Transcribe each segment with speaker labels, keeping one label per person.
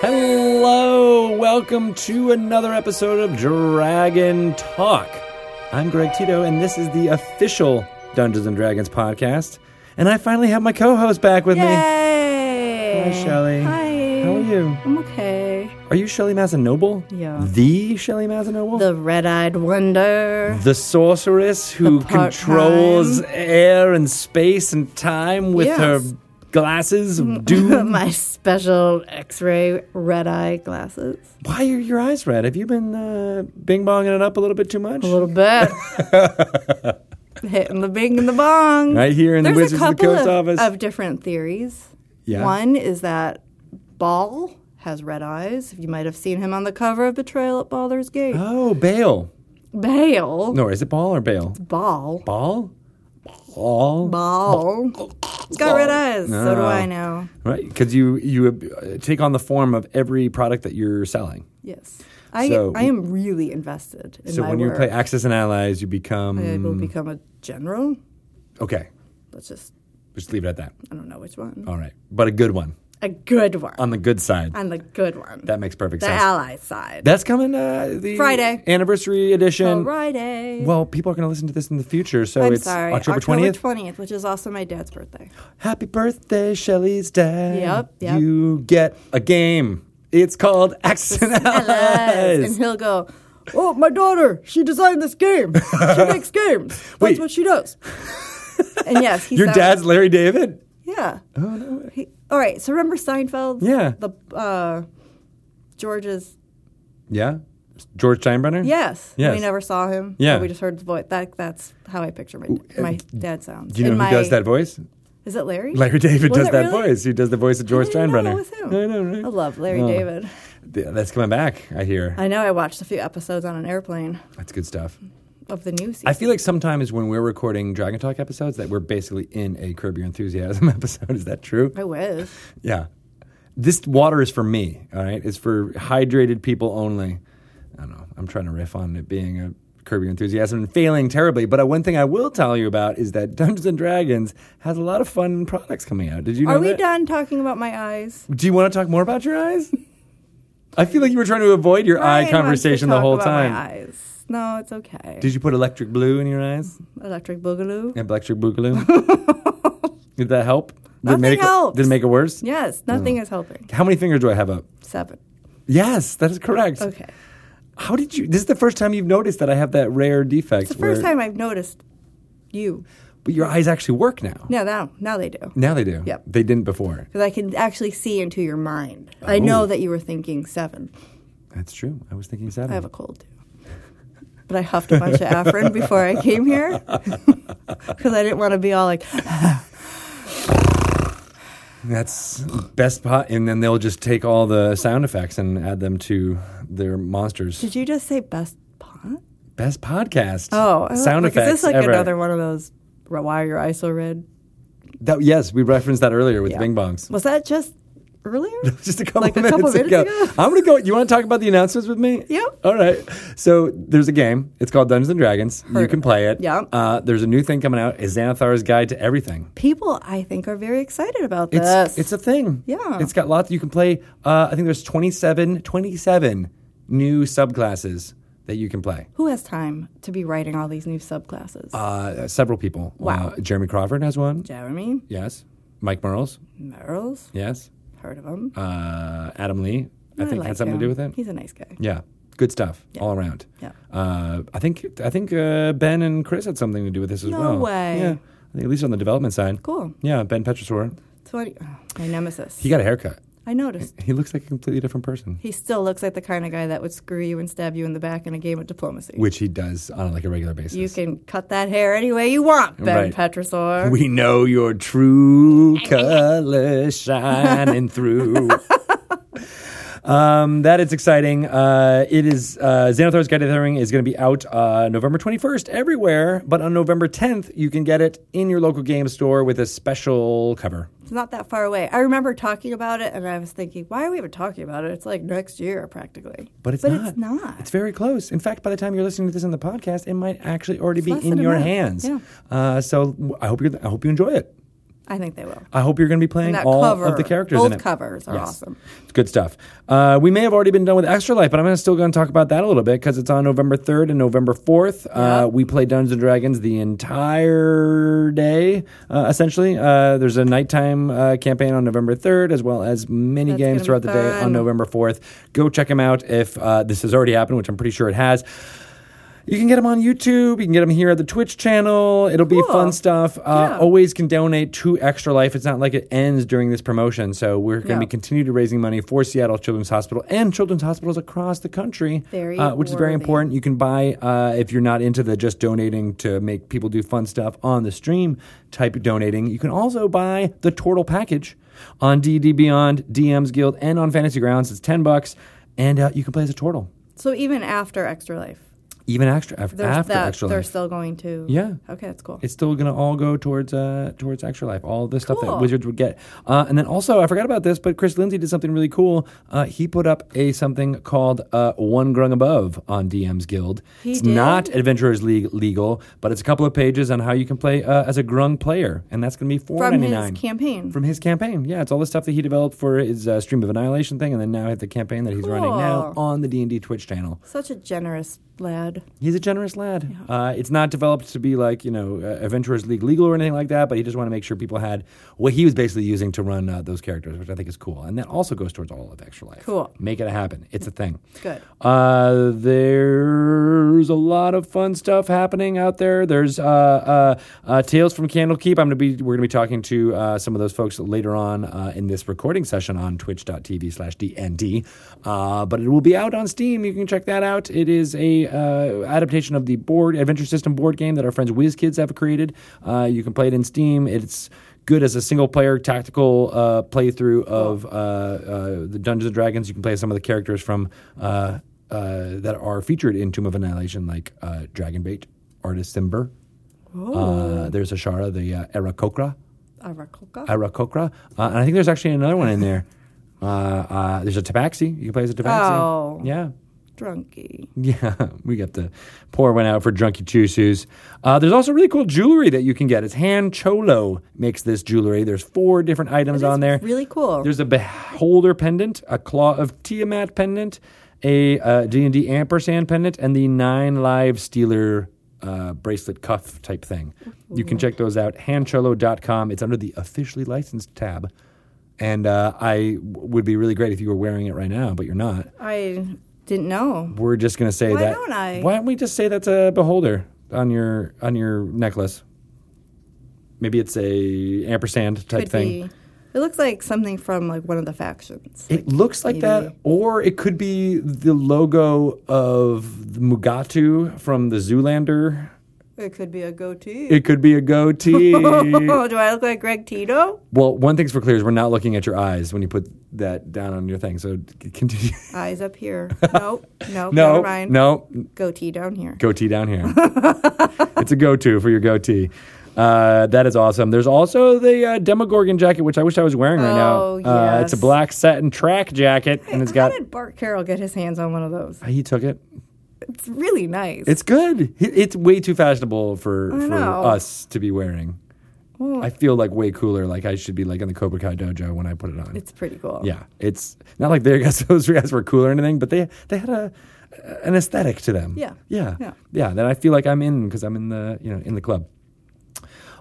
Speaker 1: Hello, welcome to another episode of Dragon Talk. I'm Greg Tito, and this is the official Dungeons and Dragons podcast. And I finally have my co-host back with me.
Speaker 2: Yay!
Speaker 1: Hi, Shelley.
Speaker 2: Hi.
Speaker 1: How are you?
Speaker 2: I'm okay.
Speaker 1: Are you Shelley Mazenoble?
Speaker 2: Yeah.
Speaker 1: The Shelley Mazenoble?
Speaker 2: The red-eyed wonder.
Speaker 1: The sorceress who
Speaker 2: The part-time.
Speaker 1: controls air and space and time with
Speaker 2: Yes.
Speaker 1: her glasses of doom.
Speaker 2: My special X-ray red-eye glasses.
Speaker 1: Why are your eyes red? Have you been uh, bing bonging it up a little bit too much?
Speaker 2: A little bit. Hitting the bing and the bong.
Speaker 1: Right here in the
Speaker 2: There's
Speaker 1: Wizards
Speaker 2: a
Speaker 1: of the
Speaker 2: couple
Speaker 1: Coast office.
Speaker 2: of different theories.
Speaker 1: Yeah.
Speaker 2: One is that Ball has red eyes. You might have seen him on the cover of Betrayal at Baldur's Gate.
Speaker 1: Oh, Bale.
Speaker 2: Bale.
Speaker 1: No, is it Ball or Bale?
Speaker 2: Ball.
Speaker 1: Ball? Ball?
Speaker 2: Ball. He's got red eyes. So do
Speaker 1: Ah.
Speaker 2: I know.
Speaker 1: Right? Because you, you uh, take on the form of every product that you're selling.
Speaker 2: Yes. I,
Speaker 1: So-
Speaker 2: I am really invested in
Speaker 1: So
Speaker 2: my
Speaker 1: when you
Speaker 2: work.
Speaker 1: play Mm. Access and Allies, you become.
Speaker 2: I will become a general.
Speaker 1: Okay.
Speaker 2: Let's just,
Speaker 1: Just leave it at that.
Speaker 2: I don't know which one.
Speaker 1: All right. But a good one.
Speaker 2: A good one.
Speaker 1: On the good side.
Speaker 2: and the good one.
Speaker 1: uh, That makes perfect
Speaker 2: the
Speaker 1: sense.
Speaker 2: ally side.
Speaker 1: That's coming uh, the
Speaker 2: Friday.
Speaker 1: anniversary edition.
Speaker 2: Friday.
Speaker 1: Well, people are going to listen to this in the future, so
Speaker 2: I'm
Speaker 1: it's
Speaker 2: sorry.
Speaker 1: October
Speaker 2: October
Speaker 1: twentieth.
Speaker 2: 20th, which is also my dad's birthday.
Speaker 1: Happy birthday, Shelley's dad.
Speaker 2: Yep, yep.
Speaker 1: You get a game. It's called Access and
Speaker 2: And
Speaker 1: Allies.
Speaker 2: he'll go, Oh, my daughter, she designed this game. She makes games. That's
Speaker 1: Wait.
Speaker 2: what she does. and yes, he
Speaker 1: Your
Speaker 2: sounds-
Speaker 1: dad's Larry David.
Speaker 2: Yeah. Oh, no. He, all right. So remember Seinfeld?
Speaker 1: Yeah.
Speaker 2: The uh, George's
Speaker 1: Yeah, George Steinbrenner.
Speaker 2: Yes.
Speaker 1: Yes.
Speaker 2: We never saw him. but
Speaker 1: Yeah. uh,
Speaker 2: We just heard the voice. That, that's how I picture my, my dad sounds.
Speaker 1: Do you know
Speaker 2: And
Speaker 1: who
Speaker 2: my-
Speaker 1: does that voice?
Speaker 2: Is it Larry?
Speaker 1: Larry David
Speaker 2: Was
Speaker 1: does
Speaker 2: it
Speaker 1: that
Speaker 2: really?
Speaker 1: voice. He does the voice of
Speaker 2: I
Speaker 1: George
Speaker 2: didn't know
Speaker 1: Steinbrenner.
Speaker 2: it was him.
Speaker 1: I know, right?
Speaker 2: I love Larry
Speaker 1: Oh.
Speaker 2: David.
Speaker 1: Yeah, That's coming back. I hear.
Speaker 2: I know I watched a few episodes on an airplane
Speaker 1: That's good stuff.
Speaker 2: of the new season.
Speaker 1: I feel like sometimes when we're recording Dragon Talk episodes, that we're basically in a Curb Your Enthusiasm episode. Is that true?
Speaker 2: I wish.
Speaker 1: Yeah. This water is for me, all right? It's for hydrated people only. I don't know. I'm trying to riff on it being a Curb Your Enthusiasm and failing terribly. But uh, one thing I will tell you about is that Dungeons and Dragons has a lot of fun products coming out. Did you know
Speaker 2: Are we
Speaker 1: that?
Speaker 2: done talking about my eyes?
Speaker 1: Do you want to talk more about your eyes? I feel like you were trying to avoid your eye
Speaker 2: Ryan wants to
Speaker 1: conversation the
Speaker 2: talk
Speaker 1: whole
Speaker 2: about my
Speaker 1: time.
Speaker 2: eyes. No, it's okay.
Speaker 1: Did you put electric blue in your eyes?
Speaker 2: Electric Boogaloo.
Speaker 1: Yeah, electric boogaloo? did that help? Did it
Speaker 2: Nothing
Speaker 1: make it,
Speaker 2: helps.
Speaker 1: Did it make it worse?
Speaker 2: Yes, nothing is helping.
Speaker 1: How many fingers do I have up?
Speaker 2: Seven.
Speaker 1: Yes, that is correct.
Speaker 2: Okay.
Speaker 1: How did you? This is the first time you've noticed that I have that rare defect.
Speaker 2: It's the first time I've noticed you.
Speaker 1: But your eyes actually work now.
Speaker 2: No, now, now they do.
Speaker 1: Now they do.
Speaker 2: Yep.
Speaker 1: They didn't before.
Speaker 2: because I can actually see into your mind. I know that you were thinking seven.
Speaker 1: That's true. I was thinking seven.
Speaker 2: I have a cold too, but I huffed a bunch of Afrin before I came here because I didn't want to be all like,
Speaker 1: That's best pot, and then they'll just take all the sound effects and add them to their monsters.
Speaker 2: "Did you just say best pot?"
Speaker 1: Best podcast.
Speaker 2: Oh, I was
Speaker 1: sound
Speaker 2: like,
Speaker 1: effects.
Speaker 2: Is this like
Speaker 1: ever.
Speaker 2: another one of those? "Ro- Why are your eyes so red?
Speaker 1: That, yes, we referenced that earlier with
Speaker 2: Yeah.
Speaker 1: Bing Bongs.
Speaker 2: Was that just earlier?
Speaker 1: just a couple
Speaker 2: Like a
Speaker 1: minutes,
Speaker 2: couple minutes
Speaker 1: ago.
Speaker 2: ago?
Speaker 1: I'm gonna go. You want to talk about the announcements with me?
Speaker 2: Yep.
Speaker 1: All right. So there's a game. It's called Dungeons and Dragons. you
Speaker 2: Heard
Speaker 1: can
Speaker 2: of it.
Speaker 1: play it.
Speaker 2: Yep.
Speaker 1: Uh, there's a new thing coming out. Is Xanathar's Guide to Everything.
Speaker 2: People, I think, are very excited about
Speaker 1: It's
Speaker 2: this.
Speaker 1: it's a thing.
Speaker 2: Yeah.
Speaker 1: It's got lots. You can play. Uh, I think there's 27, 27 new subclasses that you can play.
Speaker 2: Who has time to be writing all these new subclasses?
Speaker 1: Uh, several people.
Speaker 2: Wow.
Speaker 1: Uh, Jeremy Crawford has one.
Speaker 2: Jeremy,
Speaker 1: Yes. Mike Merles.
Speaker 2: Merrill's,
Speaker 1: Yes.
Speaker 2: heard of him?
Speaker 1: Uh, Adam Lee. I think
Speaker 2: like
Speaker 1: had something
Speaker 2: him.
Speaker 1: to do with it.
Speaker 2: He's a nice guy.
Speaker 1: Yeah, good stuff all around.
Speaker 2: Yeah.
Speaker 1: Uh, I think I think uh, Ben and Chris had something to do with this as
Speaker 2: No
Speaker 1: well.
Speaker 2: way.
Speaker 1: Yeah, I think at least on the development side.
Speaker 2: Cool.
Speaker 1: Yeah, Ben Petrosor.
Speaker 2: 20, oh, my nemesis.
Speaker 1: He got a haircut.
Speaker 2: I noticed.
Speaker 1: He looks like a completely different person,
Speaker 2: He still looks like the kind of guy that would screw you and stab you in the back in a game of diplomacy.
Speaker 1: which he does on like a regular
Speaker 2: you
Speaker 1: basis.
Speaker 2: can cut that hair any way you want, Ben
Speaker 1: Right.
Speaker 2: Petrosor.
Speaker 1: we know your true colors shining through. Um, that is exciting. Uh, it is uh, Xanathar's Guide to the Ring is going to be out uh, November 21st everywhere, but on November 10th you can get it in your local game store with a special cover.
Speaker 2: It's not that far away. I remember talking about it, and I was thinking, why are we even talking about it? It's like next year, practically.
Speaker 1: But it's
Speaker 2: but
Speaker 1: not.
Speaker 2: It's not.
Speaker 1: It's very close. In fact, by the time you're listening to this in the podcast, it might actually already
Speaker 2: less
Speaker 1: be in
Speaker 2: than a
Speaker 1: your
Speaker 2: month.
Speaker 1: hands.
Speaker 2: Yeah.
Speaker 1: Uh, so w- I hope you I hope you enjoy it.
Speaker 2: I think they will.
Speaker 1: I hope you're going to be playing
Speaker 2: And that
Speaker 1: all
Speaker 2: cover,
Speaker 1: of the characters
Speaker 2: both
Speaker 1: in it.
Speaker 2: covers are
Speaker 1: Yes.
Speaker 2: awesome.
Speaker 1: It's good stuff. Uh, we may have already been done with Extra Life, but I'm gonna- still going to talk about that a little bit because it's on November 3rd and November 4th. Uh, we play Dungeons and Dragons the entire day, uh, essentially. Uh, there's a nighttime uh, campaign on November 3rd, as well as mini
Speaker 2: That's
Speaker 1: games
Speaker 2: gonna
Speaker 1: throughout
Speaker 2: be
Speaker 1: the day on
Speaker 2: fun.
Speaker 1: November 4th. Go check them out if uh, this has already happened, which I'm pretty sure it has. You can get them on YouTube. You can get them here at the Twitch channel. It'll be
Speaker 2: Cool.
Speaker 1: fun stuff. Uh,
Speaker 2: Yeah.
Speaker 1: Always can donate to Extra Life. It's not like it ends during this promotion. So we're going to
Speaker 2: No.
Speaker 1: be continued raising money for Seattle Children's Hospital and children's hospitals across the country,
Speaker 2: Very
Speaker 1: uh, which is very
Speaker 2: worthy.
Speaker 1: important. You can buy, uh, if you're not into the just donating to make people do fun stuff on the stream type of donating, you can also buy the Tortle package on DD Beyond, DM's Guild, and on Fantasy Grounds. It's 10 bucks, and uh, you can play as a Tortle.
Speaker 2: So even after Extra Life,
Speaker 1: Even extra, after
Speaker 2: there's that
Speaker 1: extra
Speaker 2: they're
Speaker 1: life.
Speaker 2: still going to.
Speaker 1: Yeah.
Speaker 2: Okay, that's cool.
Speaker 1: it's still going to all go towards uh, towards extra life all the stuff that
Speaker 2: Cool.
Speaker 1: wizards would get uh, and then also i forgot about this but chris lindsay did something really cool uh, he put up a something called uh, one grung above on dm's guild
Speaker 2: He
Speaker 1: it's
Speaker 2: did?
Speaker 1: not adventurers league legal but it's a couple of pages on how you can play uh, as a grung player and that's going to be
Speaker 2: From
Speaker 1: 499
Speaker 2: his campaign.
Speaker 1: from his campaign. Yeah, it's all the stuff that he developed for his uh, Stream of Annihilation thing, and then now the campaign that he's running now
Speaker 2: Cool.
Speaker 1: on the D and D Twitch channel.
Speaker 2: Such a generous lad.
Speaker 1: He's a generous lad. Uh, it's not developed to be like you know uh, Adventurers League legal or anything like that, but he just wanted to make sure people had what he was basically using to run uh, those characters, which I think is cool. And that also goes towards all of Extra Life.
Speaker 2: Cool.
Speaker 1: Make it happen. It's a thing.
Speaker 2: Good.
Speaker 1: Uh, there's a lot of fun stuff happening out there. There's uh, uh, uh, Tales from Candlekeep. I'm gonna be we're gonna be talking to uh, some of those folks later on uh, in this recording session on Twitch.tv/dnd. Uh, but it will be out on Steam. You can check that out. It is a uh, adaptation of the board adventure system board game that our friends Whiz Kids have created. Uh, you can play it in Steam. It's good as a single player tactical uh, playthrough of uh, uh, the Dungeons and Dragons. You can play as some of the characters from uh, uh, that are featured in Tomb of Annihilation, like uh, Dragonbait, Artist Simber. Uh, there's Ashara, the uh, Arakokra.
Speaker 2: Arakoka.
Speaker 1: Arakokra. Uh, and I think there's actually another one in there. Uh, uh, there's a Tabaxi. You can play as a Tabaxi.
Speaker 2: Oh.
Speaker 1: Yeah.
Speaker 2: Drunky.
Speaker 1: Yeah, we got the pour one out for Drunky Chusus. Uh, there's also really cool jewelry that you can get. It's hand cholo makes this jewelry. There's four different items on there.
Speaker 2: Really cool.
Speaker 1: There's a beholder pendant, a claw of Tiamat pendant, a uh, D&D ampersand pendant, and the nine live stealer uh, bracelet cuff type thing. You can check those out. Handcholo.com. It's under the officially licensed tab. And uh, I w- would be really great if you were wearing it right now, but you're not
Speaker 2: I didn't know.
Speaker 1: we're just gonna say
Speaker 2: Why
Speaker 1: that.
Speaker 2: don't I?
Speaker 1: Why don't we just say that's a beholder on your on your necklace? Maybe it's a ampersand type
Speaker 2: Could
Speaker 1: thing.
Speaker 2: be. It looks like something from like one of the factions.
Speaker 1: It looks like that, or it could be the logo of the Mugatu from the Zoolander.
Speaker 2: It could be a goatee.
Speaker 1: It could be a goatee.
Speaker 2: Oh, do I look like Greg Tito?
Speaker 1: well, one thing's for clear is we're not looking at your eyes when you put that down on your thing. So c- continue.
Speaker 2: Eyes up here. Nope. Nope.
Speaker 1: no,
Speaker 2: Never mind.
Speaker 1: no,
Speaker 2: Goatee down here.
Speaker 1: goatee down here. it's a go-to for your goatee. Uh, that is awesome. There's also the uh, Demogorgon jacket, which I wish I was wearing right now.
Speaker 2: Oh,
Speaker 1: Uh, it's a
Speaker 2: yes.
Speaker 1: black satin track jacket, and it's got. Ah,
Speaker 2: How did Bart Carroll get his hands on one of those?
Speaker 1: He took it.
Speaker 2: It's really nice.
Speaker 1: It's good. He- It's way too fashionable for for
Speaker 2: know.
Speaker 1: us to be wearing. I feel like way cooler. Like I should be like in the Cobra Kai dojo when I put it on.
Speaker 2: it's pretty cool.
Speaker 1: yeah, it's not like they guys those guys were cool or anything, but they they had a an aesthetic to them.
Speaker 2: Yeah.
Speaker 1: yeah, yeah.
Speaker 2: Yeah.
Speaker 1: that I feel like I'm in because I'm in the you know in the club.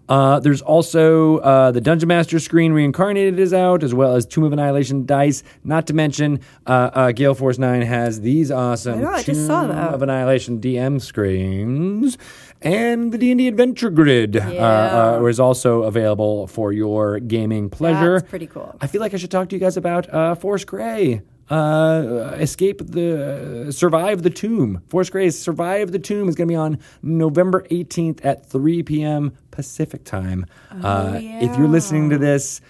Speaker 1: Uh, there's also uh, the Dungeon Master screen reincarnated is out, as well as Tomb of Annihilation dice. Not to mention, uh, uh, Gale Force Nine has these awesome
Speaker 2: I know, I just
Speaker 1: Tomb
Speaker 2: saw that.
Speaker 1: of Annihilation DM screens, and the D and D Adventure Grid uh,
Speaker 2: Yeah.
Speaker 1: uh, is also available for your gaming pleasure.
Speaker 2: That's pretty cool.
Speaker 1: I feel like I should talk to you guys about uh, Force Gray. Uh, escape the uh, survive the tomb. Force Gray's Survive the Tomb is going to be on November 18th at 3 p.m. Pacific time. uh, If you're listening
Speaker 2: Oh.
Speaker 1: to this,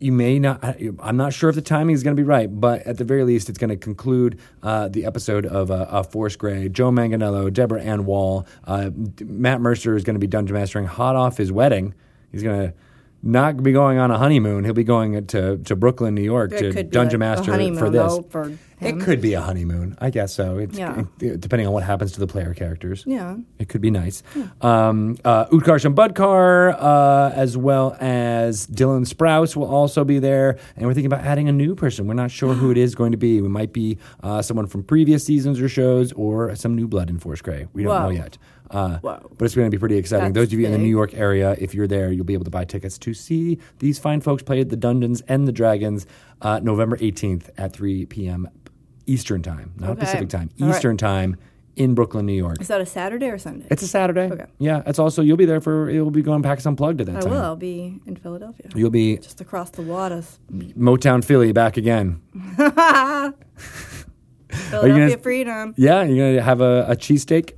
Speaker 1: you may not. I, I'm not sure if the timing is going to be right, but at the very least, it's going to conclude uh, the episode of uh, uh, Force Gray. Joe Manganello, Deborah Ann Wall, uh, D- Matt Mercer is going to be dungeon mastering hot off his wedding. He's going to not be going on a honeymoon. He'll be going to, to Brooklyn, New York
Speaker 2: It
Speaker 1: to
Speaker 2: could be
Speaker 1: Dungeon
Speaker 2: like a
Speaker 1: Master
Speaker 2: honeymoon,
Speaker 1: for this.
Speaker 2: though, for
Speaker 1: it
Speaker 2: him.
Speaker 1: could be a honeymoon. I guess so. It's,
Speaker 2: Yeah.
Speaker 1: it- depending on what happens to the player characters.
Speaker 2: Yeah.
Speaker 1: It could be nice. Um, uh, Utkarsh and Budkar, uh, as well as Dylan Sprouse, will also be there. And we're thinking about adding a new person. We're not sure who it is going to be. It might be uh, someone from previous seasons or shows or some new blood in Force Grey. We don't know
Speaker 2: Whoa.
Speaker 1: yet. Uh,
Speaker 2: Whoa.
Speaker 1: But it's going to be pretty exciting.
Speaker 2: That's
Speaker 1: Those of you in the
Speaker 2: big.
Speaker 1: New York area, if you're there, you'll be able to buy tickets to see these fine folks play at the Dungeons and the Dragons uh, November 18th at 3 p.m. Eastern Time, not
Speaker 2: Okay.
Speaker 1: Pacific Time,
Speaker 2: All right.
Speaker 1: Eastern Time in Brooklyn, New York.
Speaker 2: Is that a Saturday or Sunday?
Speaker 1: It's a Saturday.
Speaker 2: Okay.
Speaker 1: Yeah, it's also you'll be there for it will be going PAX Unplugged at that
Speaker 2: I
Speaker 1: time.
Speaker 2: will. I'll be in Philadelphia.
Speaker 1: You'll be
Speaker 2: Just across the waters.
Speaker 1: Motown Philly back again.
Speaker 2: Philadelphia
Speaker 1: gonna-
Speaker 2: freedom.
Speaker 1: Yeah, you're gonna have a, a cheesesteak.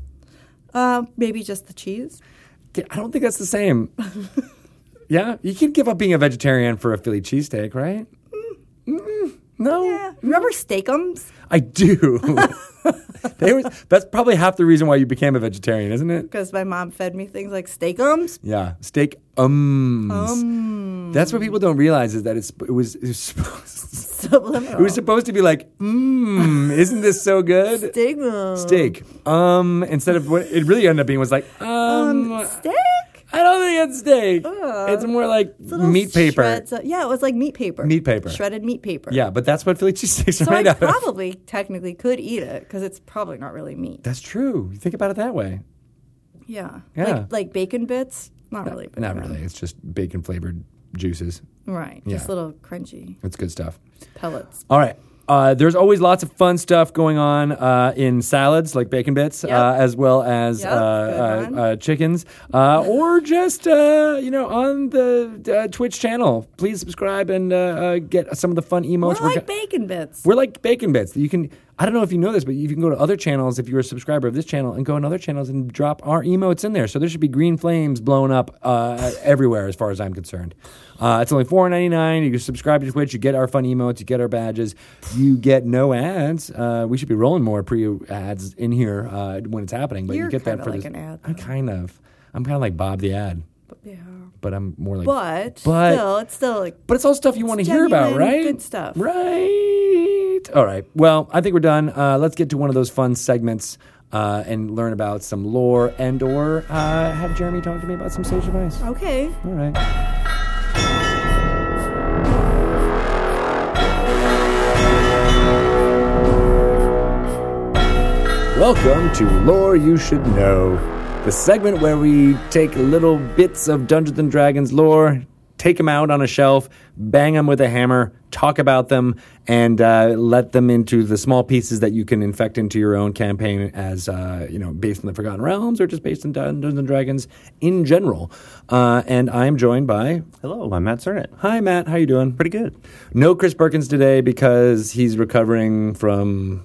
Speaker 2: Uh, maybe just the cheese.
Speaker 1: D- I don't think that's the same. yeah, you can give up being a vegetarian for a Philly cheesesteak, right? Mm, no,
Speaker 2: Yeah. Remember steakums?
Speaker 1: I do. they was, that's probably half the reason why you became a vegetarian, isn't it?
Speaker 2: Because my mom fed me things like steakums.
Speaker 1: Yeah, steak ums. That's what people don't realize is that it's it was it was supposed, it
Speaker 2: Subliminal.
Speaker 1: was supposed to be like, mmm, isn't this so good?
Speaker 2: Stigma.
Speaker 1: steak. Um, instead of what it really ended up being was like, um,
Speaker 2: Steak?
Speaker 1: I don't think it's steak. it's more like
Speaker 2: Uh, Little
Speaker 1: meat paper.
Speaker 2: shreds of- yeah, it was like meat paper.
Speaker 1: Meat paper.
Speaker 2: Shredded meat paper.
Speaker 1: Yeah, but that's what Philly cheesesteaks are
Speaker 2: So
Speaker 1: made
Speaker 2: I
Speaker 1: out of.
Speaker 2: probably technically could eat it because it's probably not really meat.
Speaker 1: That's true. You think about it that way.
Speaker 2: Yeah.
Speaker 1: Yeah.
Speaker 2: Like, like bacon bits? Not really. but
Speaker 1: Not
Speaker 2: yeah.
Speaker 1: really. It's just bacon flavored juices.
Speaker 2: Right.
Speaker 1: Yeah.
Speaker 2: Just little crunchy
Speaker 1: It's good stuff.
Speaker 2: pellets.
Speaker 1: All right. Uh, there's always lots of fun stuff going on uh, in salads, like bacon bits,
Speaker 2: Yep.
Speaker 1: uh, as well as
Speaker 2: Yep,
Speaker 1: uh,
Speaker 2: good
Speaker 1: uh,
Speaker 2: one.
Speaker 1: uh, chickens, uh, or just uh, you know on the uh, Twitch channel. Please subscribe and uh, uh, get some of the fun
Speaker 2: We're
Speaker 1: emotes.
Speaker 2: like
Speaker 1: go-
Speaker 2: bacon bits.
Speaker 1: we're like bacon bits. You can I don't know if you know this, but you can go to other channels if you're a subscriber of this channel and go on other channels and drop our emotes in there. So there should be green flames blown up uh, everywhere as far as I'm concerned. Uh, it's only four ninety nine. You can subscribe to Twitch, you get our fun emotes, you get our badges, you get no ads. Uh, we should be rolling more pre ads in here uh, when it's happening, but you
Speaker 2: You're
Speaker 1: get that
Speaker 2: kinda
Speaker 1: for
Speaker 2: like
Speaker 1: this.
Speaker 2: an ad,
Speaker 1: I'm kind of I'm kind of like Bob the ad,
Speaker 2: Yeah.
Speaker 1: but I'm more like
Speaker 2: But,
Speaker 1: But-
Speaker 2: still, it's still like
Speaker 1: but it's all stuff you want to hear about,
Speaker 2: genuine,
Speaker 1: right?
Speaker 2: good stuff.
Speaker 1: Right. All right. Well, I think we're done. Uh, let's get to one of those fun segments uh, and learn about some lore and or uh, have Jeremy talk to me about some sage advice. All
Speaker 2: okay.
Speaker 1: right. Welcome to Lore You Should Know, the segment where we take little bits of Dungeons and Dragons lore, take them out on a shelf, bang them with a hammer, talk about them, and uh, let them into the small pieces that you can infect into your own campaign as, uh, you know, based on the Forgotten Realms or just based on Dungeons and Dragons in general. Uh, and I'm joined by,
Speaker 3: Hello, I'm Matt Cernit.
Speaker 1: hi Matt, how you doing?
Speaker 3: Pretty good.
Speaker 1: No Chris Perkins today because he's recovering from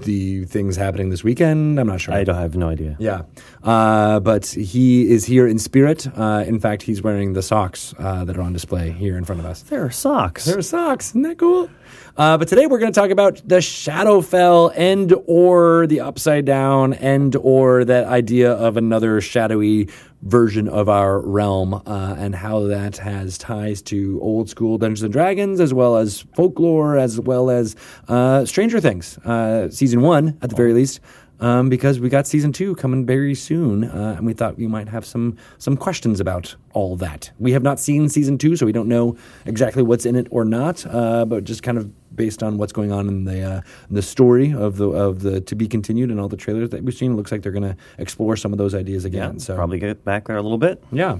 Speaker 1: the things happening this weekend. I'm not sure.
Speaker 3: I don't have no idea.
Speaker 1: Yeah, uh, but he is here in spirit. Uh, in fact, he's wearing the socks uh, that are on display here in front of us.
Speaker 3: There are socks.
Speaker 1: They're socks, isn't that cool? Uh, but today we're going to talk about the Shadowfell and or the Upside Down and or that idea of another shadowy version of our realm uh, and how that has ties to old school Dungeons and Dragons as well as folklore as well as uh, Stranger Things uh, season one at the very least um, because we got season two coming very soon, uh, and we thought we might have some some questions about all that. We have not seen season two, so we don't know exactly what's in it or not, uh, but just kind of based on what's going on in the uh, the story of the of the to be continued and all the trailers that we've seen, it looks like they're going to explore some of those ideas
Speaker 3: Yeah,
Speaker 1: again. so
Speaker 3: probably get back there a little bit.
Speaker 1: yeah,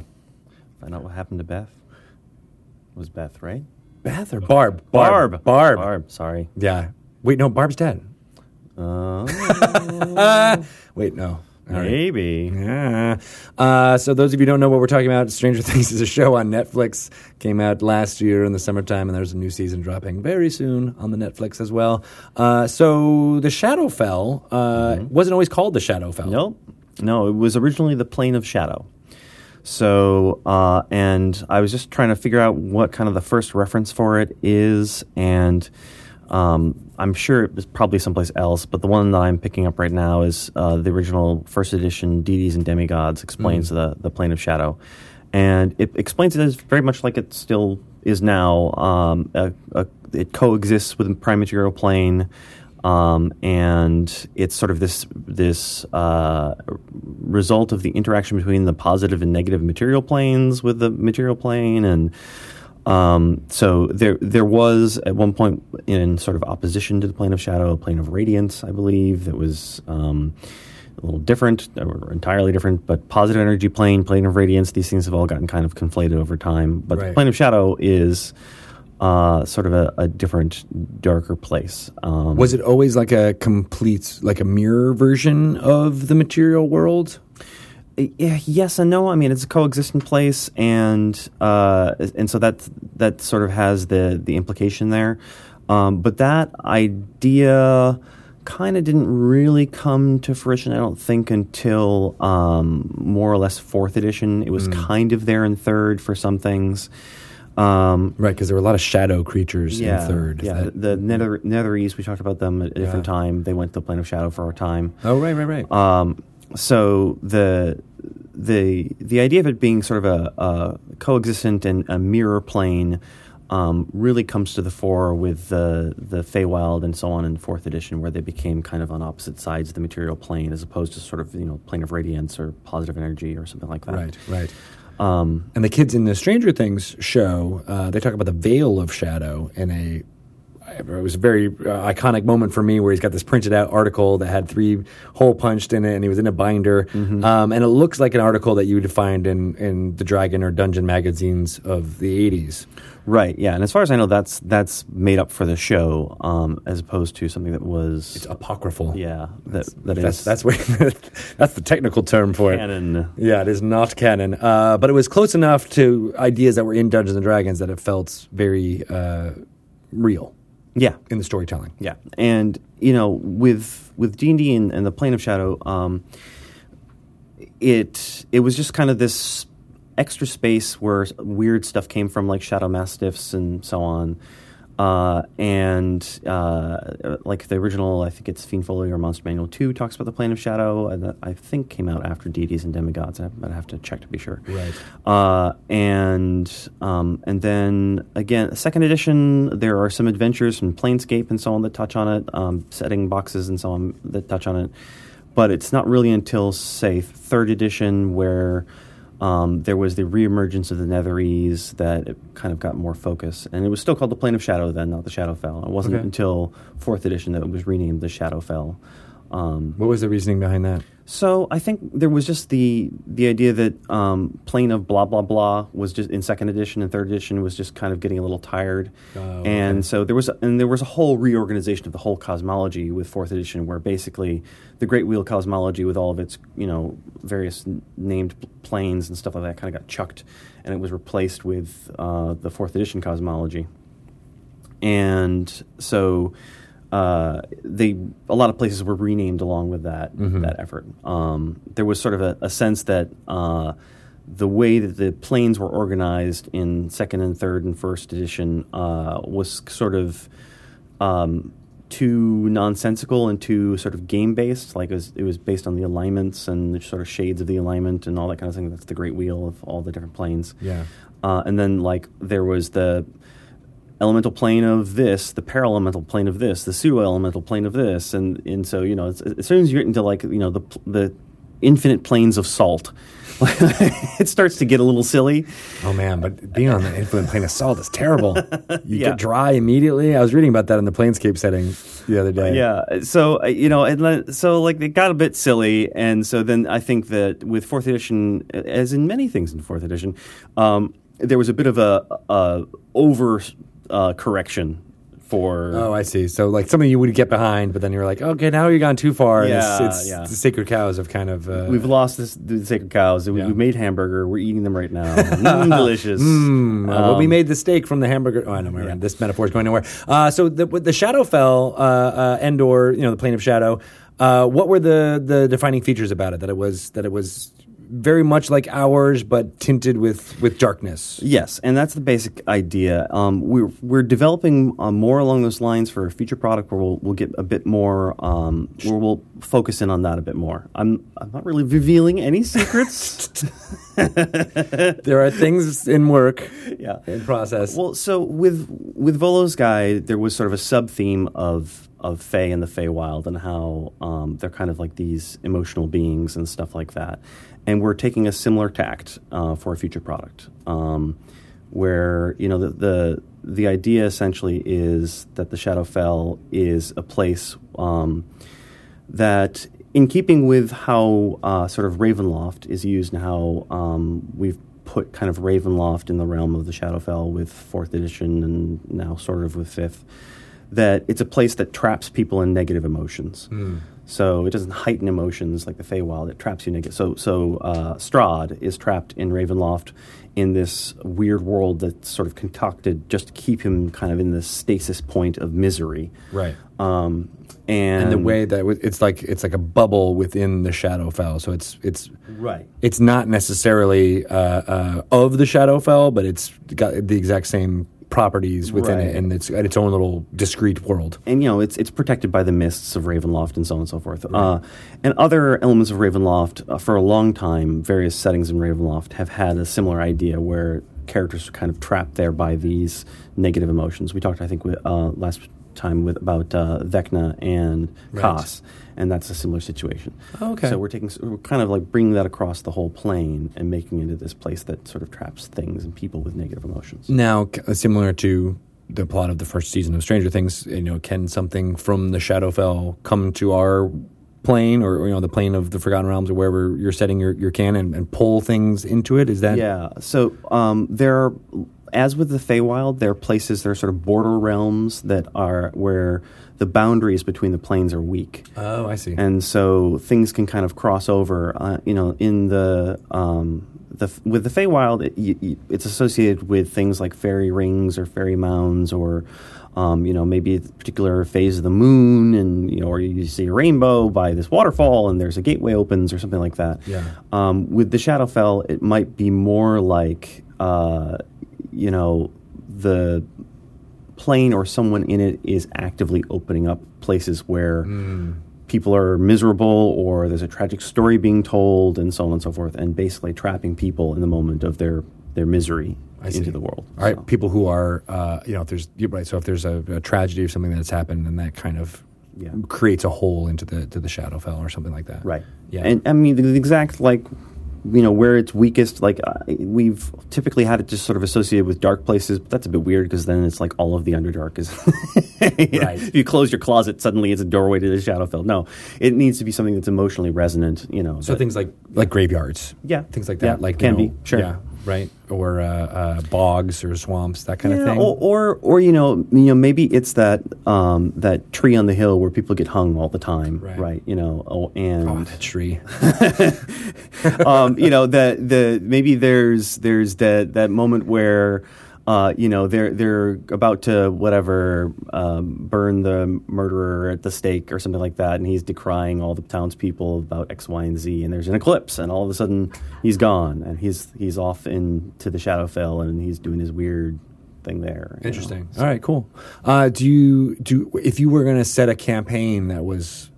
Speaker 3: Find out what happened to Beth. It was Beth, right?
Speaker 1: Beth or Barb,
Speaker 3: Barb.
Speaker 1: Barb,
Speaker 3: Barb, sorry.
Speaker 1: yeah. Wait, no, Barb's dead.
Speaker 3: Uh,
Speaker 1: Wait, no. All right.
Speaker 3: maybe.
Speaker 1: Yeah. Uh, so those of you who don't know what we're talking about, Stranger Things is a show on Netflix. Came out last year in the summertime, and there's a new season dropping very soon on the Netflix as well. Uh, so the Shadowfell uh, wasn't always called the Shadowfell.
Speaker 3: Mm-hmm. Nope. No, it was originally the Plane of Shadow. So, uh, and I was just trying to figure out what kind of the first reference for it is, and um, I'm sure it was probably someplace else, but the one that I'm picking up right now is uh, the original first edition Deities and Demigods explains the, the Plane of Shadow. and it explains it as very much like it still is now. Um, a, a, it coexists with the prime material plane, um, and it's sort of this this uh, result of the interaction between the positive and negative material planes with the material plane, and um, so there there was at one point in sort of opposition to the plane of shadow, a plane of radiance, I believe, that was. Um, a little different or entirely different, but positive energy plane, plane of radiance, these things have all gotten kind of conflated over time. But the
Speaker 1: Right.
Speaker 3: plane of shadow is uh, sort of a, a different, darker place. Um,
Speaker 1: Was it always like a complete, like a mirror version of the material world?
Speaker 3: yeah, yes and no. I mean, it's a coexistent place, and uh, and so that that sort of has the the implication there. Um, but that idea kind of didn't really come to fruition, I don't think, until um, more or less fourth edition. It
Speaker 1: Hmm.
Speaker 3: was kind of there in third for some things. Um,
Speaker 1: Right, because there were a lot of shadow creatures in third.
Speaker 3: Yeah,
Speaker 1: that-
Speaker 3: the Nether Netherese. We talked about them at a different
Speaker 1: Yeah.
Speaker 3: time. They went to the plane of shadow for our time.
Speaker 1: oh, right, right, right.
Speaker 3: Um, so the the the idea of it being sort of a, a coexistent and a mirror plane um, really comes to the fore with the the Feywild and so on in Fourth Edition, where they became kind of on opposite sides of the material plane, as opposed to sort of you know plane of radiance or positive energy or something like that.
Speaker 1: right, right.
Speaker 3: Um,
Speaker 1: And the kids in the Stranger Things show, uh, they talk about the veil of shadow in a. It was a very uh, iconic moment for me where he's got this printed out article that had three hole punched in it, and he was in a binder, um, and it looks like an article that you would find in in the Dragon or Dungeon magazines of the '80s.
Speaker 3: Right. Yeah. And as far as I know, that's that's made up for the show, um, as opposed to something that was.
Speaker 1: It's apocryphal.
Speaker 3: yeah. That that
Speaker 1: that's
Speaker 3: is
Speaker 1: that's where that's the technical term for it.
Speaker 3: canon.
Speaker 1: Yeah, it is not canon, uh, but it was close enough to ideas that were in Dungeons and Dragons that it felt very uh, real
Speaker 3: Yeah.
Speaker 1: in the storytelling.
Speaker 3: Yeah. And you know, with with D and D and the Plane of Shadow, um, it it was just kind of this extra space where weird stuff came from, like shadow mastiffs and so on. Uh, and uh, like the original, I think it's Fiend Foley or Monster Manual Two talks about the Plane of Shadow, and that I think came out after Deities and Demigods. I, but I have to check to be sure.
Speaker 1: Right.
Speaker 3: Uh, and um, and then again, second edition, there are some adventures from Planescape and so on that touch on it, um, setting boxes and so on that touch on it. But it's not really until say third edition where um, there was the reemergence of the Netherese that it kind of got more focus, and it was still called the Plane of Shadow then, not the Shadowfell. It wasn't
Speaker 1: Okay.
Speaker 3: until fourth edition that it was renamed the Shadowfell. Um,
Speaker 1: What was the reasoning behind that?
Speaker 3: so I think there was just the the idea that um, plane of blah blah blah was just in second edition and third edition was just kind of getting a little tired,
Speaker 1: Oh,
Speaker 3: and so there was and there was a whole reorganization of the whole cosmology with fourth edition, where basically the Great Wheel cosmology with all of its you know various n- named p- planes and stuff like that kind of got chucked, and it was replaced with uh, the fourth edition cosmology and so uh, they a lot of places were renamed along with that that effort. Um, there was sort of a, a sense that uh, the way that the planes were organized in second and third and first edition uh, was sort of um, too nonsensical and too sort of game based. Like it was, it was based on the alignments and the sort of shades of the alignment and all that kind of thing. That's the great wheel of all the different planes.
Speaker 1: Yeah.
Speaker 3: Uh, and then like there was the elemental plane of this, the paralemental plane of this, the pseudo elemental plane of this, and and so you know it's, as soon as you get into like you know the pl- the infinite planes of salt, it starts to get a little silly.
Speaker 1: Oh man, but being on the influent plane of salt is terrible. You
Speaker 3: Yeah.
Speaker 1: get dry immediately. I was reading about that in the Planescape setting the other day.
Speaker 3: Yeah. So uh, you know, and le- so like it got a bit silly, and so then I think that with fourth edition, a- as in many things in fourth edition, um, there was a bit of a, a over uh, correction for
Speaker 1: Oh, I see. So like something you would get behind, but then you're like, okay, now you've gone too far.
Speaker 3: Yeah,
Speaker 1: and it's, it's
Speaker 3: yeah.
Speaker 1: the sacred cows have kind of. Uh,
Speaker 3: We've lost this, the sacred cows. We,
Speaker 1: Yeah.
Speaker 3: we made hamburger. We're eating them right now. Mm, delicious.
Speaker 1: Mm, uh, well, we made the steak from the hamburger. Oh, I know, my friend. This metaphor is going nowhere. Uh, so the, with the Shadowfell, uh, uh, Endor, you know, the plane of shadow. Uh, what were the the defining features about it that it was that it was very much like ours, but tinted with with darkness.
Speaker 3: Yes, and that's the basic idea. Um, we're we're developing uh, more along those lines for a future product where we'll we'll get a bit more um, where we'll focus in on that a bit more. I'm I'm not really revealing any secrets.
Speaker 1: There are things in work,
Speaker 3: yeah.
Speaker 1: in process.
Speaker 3: Well, so with with Volo's Guide, there was sort of a sub theme of of Fey and the Feywild and how um, they're kind of like these emotional beings and stuff like that. And we're taking a similar tact uh, for a future product, um, where you know the, the the idea essentially is that the Shadowfell is a place um, that, in keeping with how uh, sort of Ravenloft is used and how um, we've put kind of Ravenloft in the realm of the Shadowfell with fourth edition and now sort of with fifth, that it's a place that traps people in negative emotions.
Speaker 1: Hmm.
Speaker 3: So it doesn't heighten emotions like the Feywild. It traps you negative. So so uh, Strahd is trapped in Ravenloft in this weird world that's sort of concocted just to keep him kind of in this stasis point of misery.
Speaker 1: right.
Speaker 3: Um, and,
Speaker 1: And the way that w- it's like it's like a bubble within the Shadowfell, so it's it's
Speaker 3: right.
Speaker 1: it's not necessarily uh, uh, of the Shadowfell, but it's got the exact same properties within
Speaker 3: Right.
Speaker 1: it, and it's got its own little discrete world.
Speaker 3: and you know it's it's protected by the mists of Ravenloft and so on and so forth, uh, and other elements of Ravenloft. Uh, for a long time, various settings in Ravenloft have had a similar idea where characters are kind of trapped there by these negative emotions. We talked, I think, with, uh, last time with about uh, Vecna and Koss, and that's a similar situation.
Speaker 1: Okay.
Speaker 3: so we're taking s- we're kind of like bringing that across the whole plane and making it into this place that sort of traps things and people with negative emotions.
Speaker 1: Now, c- similar to the plot of the first season of Stranger Things, you know, can something from the Shadowfell come to our plane or, or, you know the plane of the Forgotten Realms or wherever you're setting your your can and, and pull things into it? Is that
Speaker 3: Yeah. So um, there, are, as with the Feywild, there are places, there are sort of border realms that are where the boundaries between the planes are weak,
Speaker 1: Oh, I see.
Speaker 3: and so things can kind of cross over. Uh, you know, in the um, the with the Feywild, it, y y it's associated with things like fairy rings or fairy mounds or. Um, you know, maybe it's a particular phase of the moon, and you know, or you see a rainbow by this waterfall, and there's a gateway opens, or something like that.
Speaker 1: Yeah.
Speaker 3: Um, with the Shadowfell, it might be more like, uh, you know, the plane or someone in it is actively opening up places where
Speaker 1: Hmm.
Speaker 3: people are miserable or there's a tragic story being told and so on and so forth, and basically trapping people in the moment of their, their misery into
Speaker 1: see.
Speaker 3: the world.
Speaker 1: All right, people who are, uh, you know, if there's you're right, so if there's a, a tragedy or something that's happened, then that kind of
Speaker 3: Yeah.
Speaker 1: creates a hole into the to the Shadowfell or something like that.
Speaker 3: Right.
Speaker 1: Yeah.
Speaker 3: And I mean, the- the exact like, you know, where it's weakest. Like uh, we've typically had it just sort of associated with dark places, but that's a bit weird because then it's like all of the Underdark is.
Speaker 1: Right.
Speaker 3: If you close your closet, suddenly it's a doorway to the Shadowfell. No, it needs to be something that's emotionally resonant. You know.
Speaker 1: so
Speaker 3: that-
Speaker 1: things like like graveyards.
Speaker 3: Yeah.
Speaker 1: Things like
Speaker 3: Yeah,
Speaker 1: that. like you
Speaker 3: can be,
Speaker 1: know,
Speaker 3: sure.
Speaker 1: Yeah. Right. Or uh, uh, bogs or swamps, that kind of
Speaker 3: Yeah,
Speaker 1: thing. Oh,
Speaker 3: or, or or you know you know maybe it's that um, that tree on the hill where people get hung all the time,
Speaker 1: Right.
Speaker 3: right? You know, oh, and
Speaker 1: Oh, that tree.
Speaker 3: um, you know the the maybe there's there's that that moment where uh, you know they're they're about to whatever um, burn the murderer at the stake or something like that, and he's decrying all the townspeople about X, Y, and Z, and there's an eclipse, and all of a sudden he's gone, and he's he's off into the Shadowfell, and he's doing his weird thing there. you know.
Speaker 1: Interesting. All right, cool. Uh, do you do if you were going to set a campaign that was,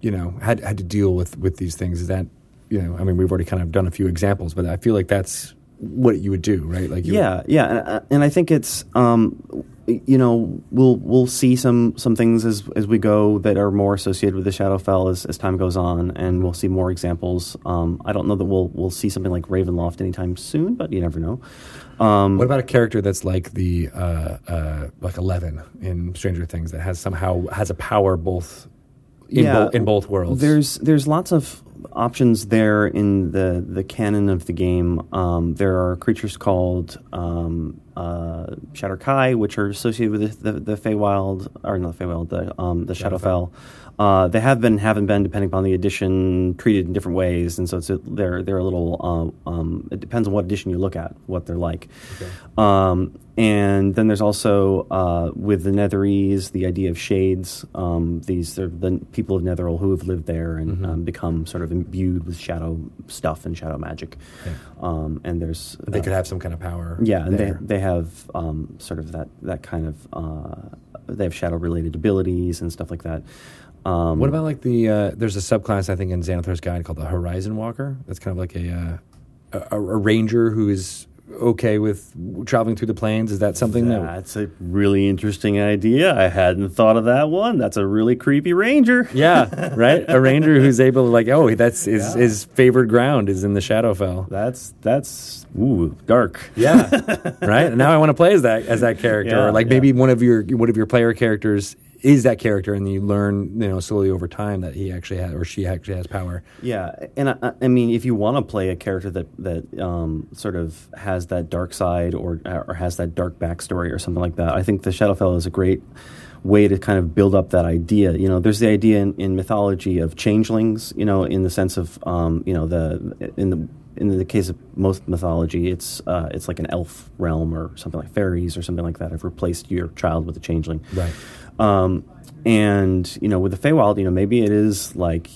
Speaker 1: you know, had had to deal with with these things? Is that you know? I mean, we've already kind of done a few examples, but I feel like that's what you would do, right? Like, you would-
Speaker 3: yeah, yeah, and, I- and I think it's um, you know we'll we'll see some some things as as we go that are more associated with the Shadowfell as, as time goes on, and we'll see more examples. Um, I don't know that we'll we'll see something like Ravenloft anytime soon, but you never know. Um,
Speaker 1: What about a character that's like the uh, uh, like Eleven in Stranger Things that has somehow has a power both in,
Speaker 3: Yeah.
Speaker 1: bo- in both worlds?
Speaker 3: There's there's lots of options there in the the canon of the game. Um, there are creatures called um, uh, Shatter Kai, which are associated with the, the, the Feywild, or not the Feywild, the um, the Shadowfell. Uh, they have been, haven't been, depending upon the edition, treated in different ways, and so it's a, they're they're a little. Uh, um, it depends on what edition you look at, what they're like. Um, And then there's also uh, with the Netherese the idea of shades. Um, these are the people of Netheril who have lived there and
Speaker 1: Mm-hmm.
Speaker 3: um, become sort of imbued with shadow stuff and shadow magic. Um, and there's
Speaker 1: They could have some kind of power.
Speaker 3: yeah, and they
Speaker 1: there.
Speaker 3: they have um, sort of that that kind of uh, they have shadow related abilities and stuff like that. Um,
Speaker 1: What about like the? Uh, there's a subclass I think in Xanathar's Guide called the Horizon Walker. That's kind of like a uh, a, a ranger who is okay with traveling through the plains. Is that something that?
Speaker 3: that's a really interesting idea. I hadn't thought of that one. That's a really creepy ranger.
Speaker 1: Yeah, right. A ranger who's able to like, oh, that's his, his favored ground is in the Shadowfell.
Speaker 3: That's that's ooh dark.
Speaker 1: Yeah, right. And now I want to play as that as that character,
Speaker 3: Yeah,
Speaker 1: or like
Speaker 3: yeah.
Speaker 1: maybe one of your one of your player characters is that character, and you learn you know slowly over time that he actually has or she actually has power.
Speaker 3: Yeah, and I- I, I mean, if you want to play a character that that um, sort of has that dark side or or has that dark backstory or something like that, I think the Shadowfell is a great way to kind of build up that idea. You know, there's the idea in, in mythology of changelings. You know, in the sense of um, you know the in the in the case of most mythology, it's uh, it's like an elf realm or something like fairies or something like that. Have replaced your child with a changeling,
Speaker 1: Right.
Speaker 3: um, and you know, with the Feywild, you know, maybe it is like,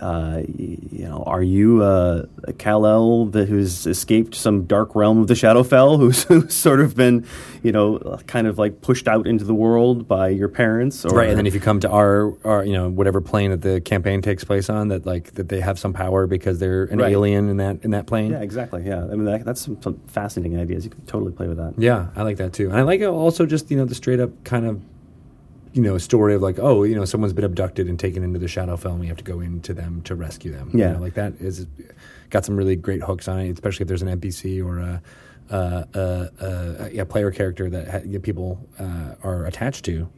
Speaker 3: uh, you know, are you uh, a Kal El that who's escaped some dark realm of the Shadowfell, who's, who's sort of been, you know, kind of like pushed out into the world by your parents, or
Speaker 1: Right, and then if you come to our, our, you know, whatever plane that the campaign takes place on, that like that they have some power because they're an
Speaker 3: Right.
Speaker 1: alien in that in that plane.
Speaker 3: yeah, exactly, yeah. I mean, that, that's some, some fascinating ideas. You could totally play with that.
Speaker 1: Yeah, I like that too. And I like also just, you know, the straight up kind of, you know, story of like, oh, you know, someone's been abducted and taken into the Shadowfell and we have to go into them to rescue them. You
Speaker 3: Yeah.
Speaker 1: know, like that is got some really great hooks on it, especially if there's an NPC or a, a, a, a, yeah, player character that ha- yeah, people uh, are attached to.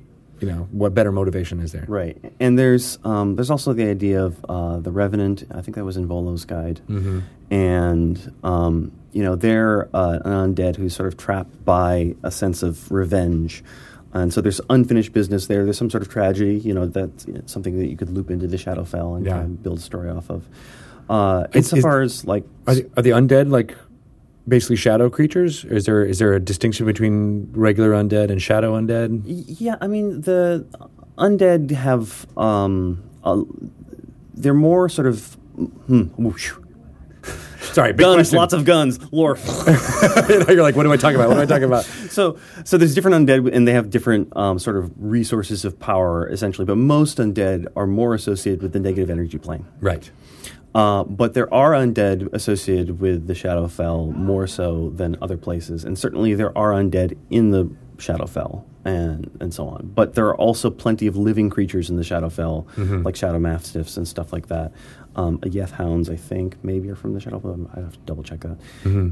Speaker 1: You know, what better motivation is there?
Speaker 3: Right, and there's um, there's also the idea of uh, the Revenant. I think that was in Volo's guide,
Speaker 1: Mm-hmm.
Speaker 3: and um, you know they're uh, an undead who's sort of trapped by a sense of revenge, and so there's unfinished business there. There's some sort of tragedy, you know, that's you know, something that you could loop into the Shadowfell and
Speaker 1: Yeah.
Speaker 3: try and build a story off of. Uh,
Speaker 1: Is- is-
Speaker 3: insofar as like
Speaker 1: Are the, are the undead like basically shadow creatures? Is there is there a distinction between regular undead and shadow undead?
Speaker 3: Yeah, I mean the undead have um, a, they're more sort of hmm, whoosh.
Speaker 1: Sorry, big
Speaker 3: guns,
Speaker 1: question.
Speaker 3: lots of guns, lore.
Speaker 1: You're like, what am I talking about? What am I talking about?
Speaker 3: so, so there's different undead, and they have different um, sort of resources of power, essentially. But most undead are more associated with the negative energy plane.
Speaker 1: Right.
Speaker 3: Uh, but there are undead associated with the Shadowfell more so than other places, and certainly there are undead in the Shadowfell and and so on. But there are also plenty of living creatures in the Shadowfell,
Speaker 1: Mm-hmm.
Speaker 3: like Shadow Mastiffs and stuff like that. Um, Yeth Hounds, I think, maybe are from the Shadowfell. I have to double check that.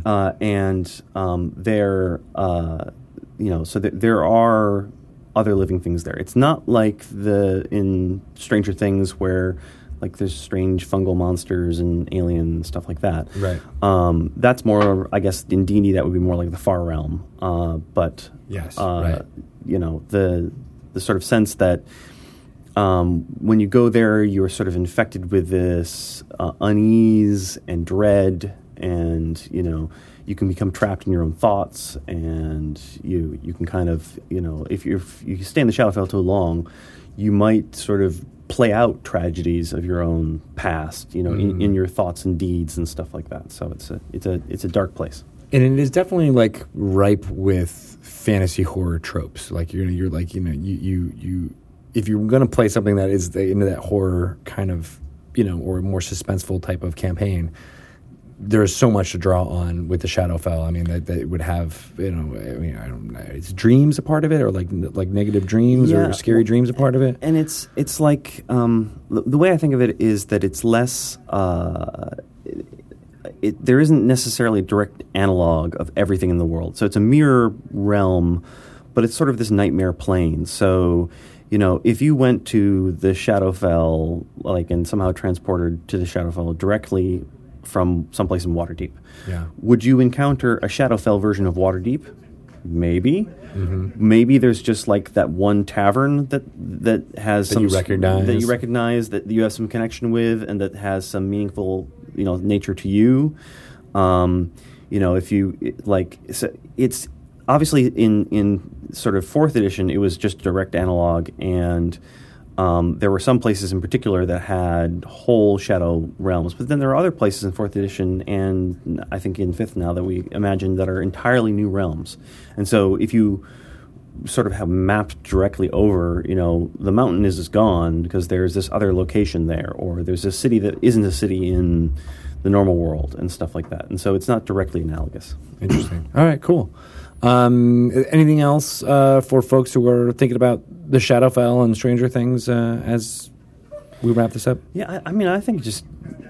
Speaker 3: Uh, and um, they're uh, you know so th- there are other living things there. It's not like the in Stranger Things where like there's strange fungal monsters and alien stuff like that.
Speaker 1: Right.
Speaker 3: Um, that's more, I guess, in D&D that would be more like the far realm. Uh, but
Speaker 1: Yes,
Speaker 3: uh,
Speaker 1: right.
Speaker 3: you know the the sort of sense that um, when you go there, you're sort of infected with this uh, unease and dread, and you know you can become trapped in your own thoughts, and you you can kind of you know if you if you stay in the Shadowfell too long, you might sort of play out tragedies of your own past, you know, in,
Speaker 1: Mm.
Speaker 3: in your thoughts and deeds and stuff like that. So it's a it's a it's a dark place.
Speaker 1: And it is definitely like ripe with fantasy horror tropes. Like you're, you're like you know, you you, you if you're going to play something that is the, into that horror kind of you know or more suspenseful type of campaign, there's so much to draw on with the Shadowfell. I mean, that, that it would have you know, I mean, I don't know, is dreams a part of it or like like negative dreams
Speaker 3: Yeah.
Speaker 1: or scary dreams a part of it?
Speaker 3: and it's it's like um, the, the way I think of it is that it's less. Uh, it, it, there isn't necessarily a direct analog of everything in the world, so it's a mirror realm, but it's sort of this nightmare plane. So, you know, if you went to the Shadowfell, like, and somehow transported to the Shadowfell directly from someplace in Waterdeep,
Speaker 1: Yeah.
Speaker 3: would you encounter a Shadowfell version of Waterdeep? Maybe. Maybe there's just like that one tavern that that has some
Speaker 1: you
Speaker 3: s-
Speaker 1: recognize.
Speaker 3: that you recognize that you have some connection with and that has some meaningful you know nature to you. Um, you know, if you it- like, so it's obviously in in sort of fourth edition, it was just direct analog, and um, there were some places in particular that had whole shadow realms. But then there are other places in fourth edition, and I think in fifth now that we imagine that are entirely new realms. And so if you sort of have mapped directly over, you know, the mountain is just gone because there's this other location there, or there's this city that isn't a city in the normal world and stuff like that. And so it's not directly analogous.
Speaker 1: Interesting. All right, cool. Um, anything else uh, for folks who are thinking about the Shadowfell and Stranger Things uh, as we wrap this up?
Speaker 3: Yeah, I, I mean, I think just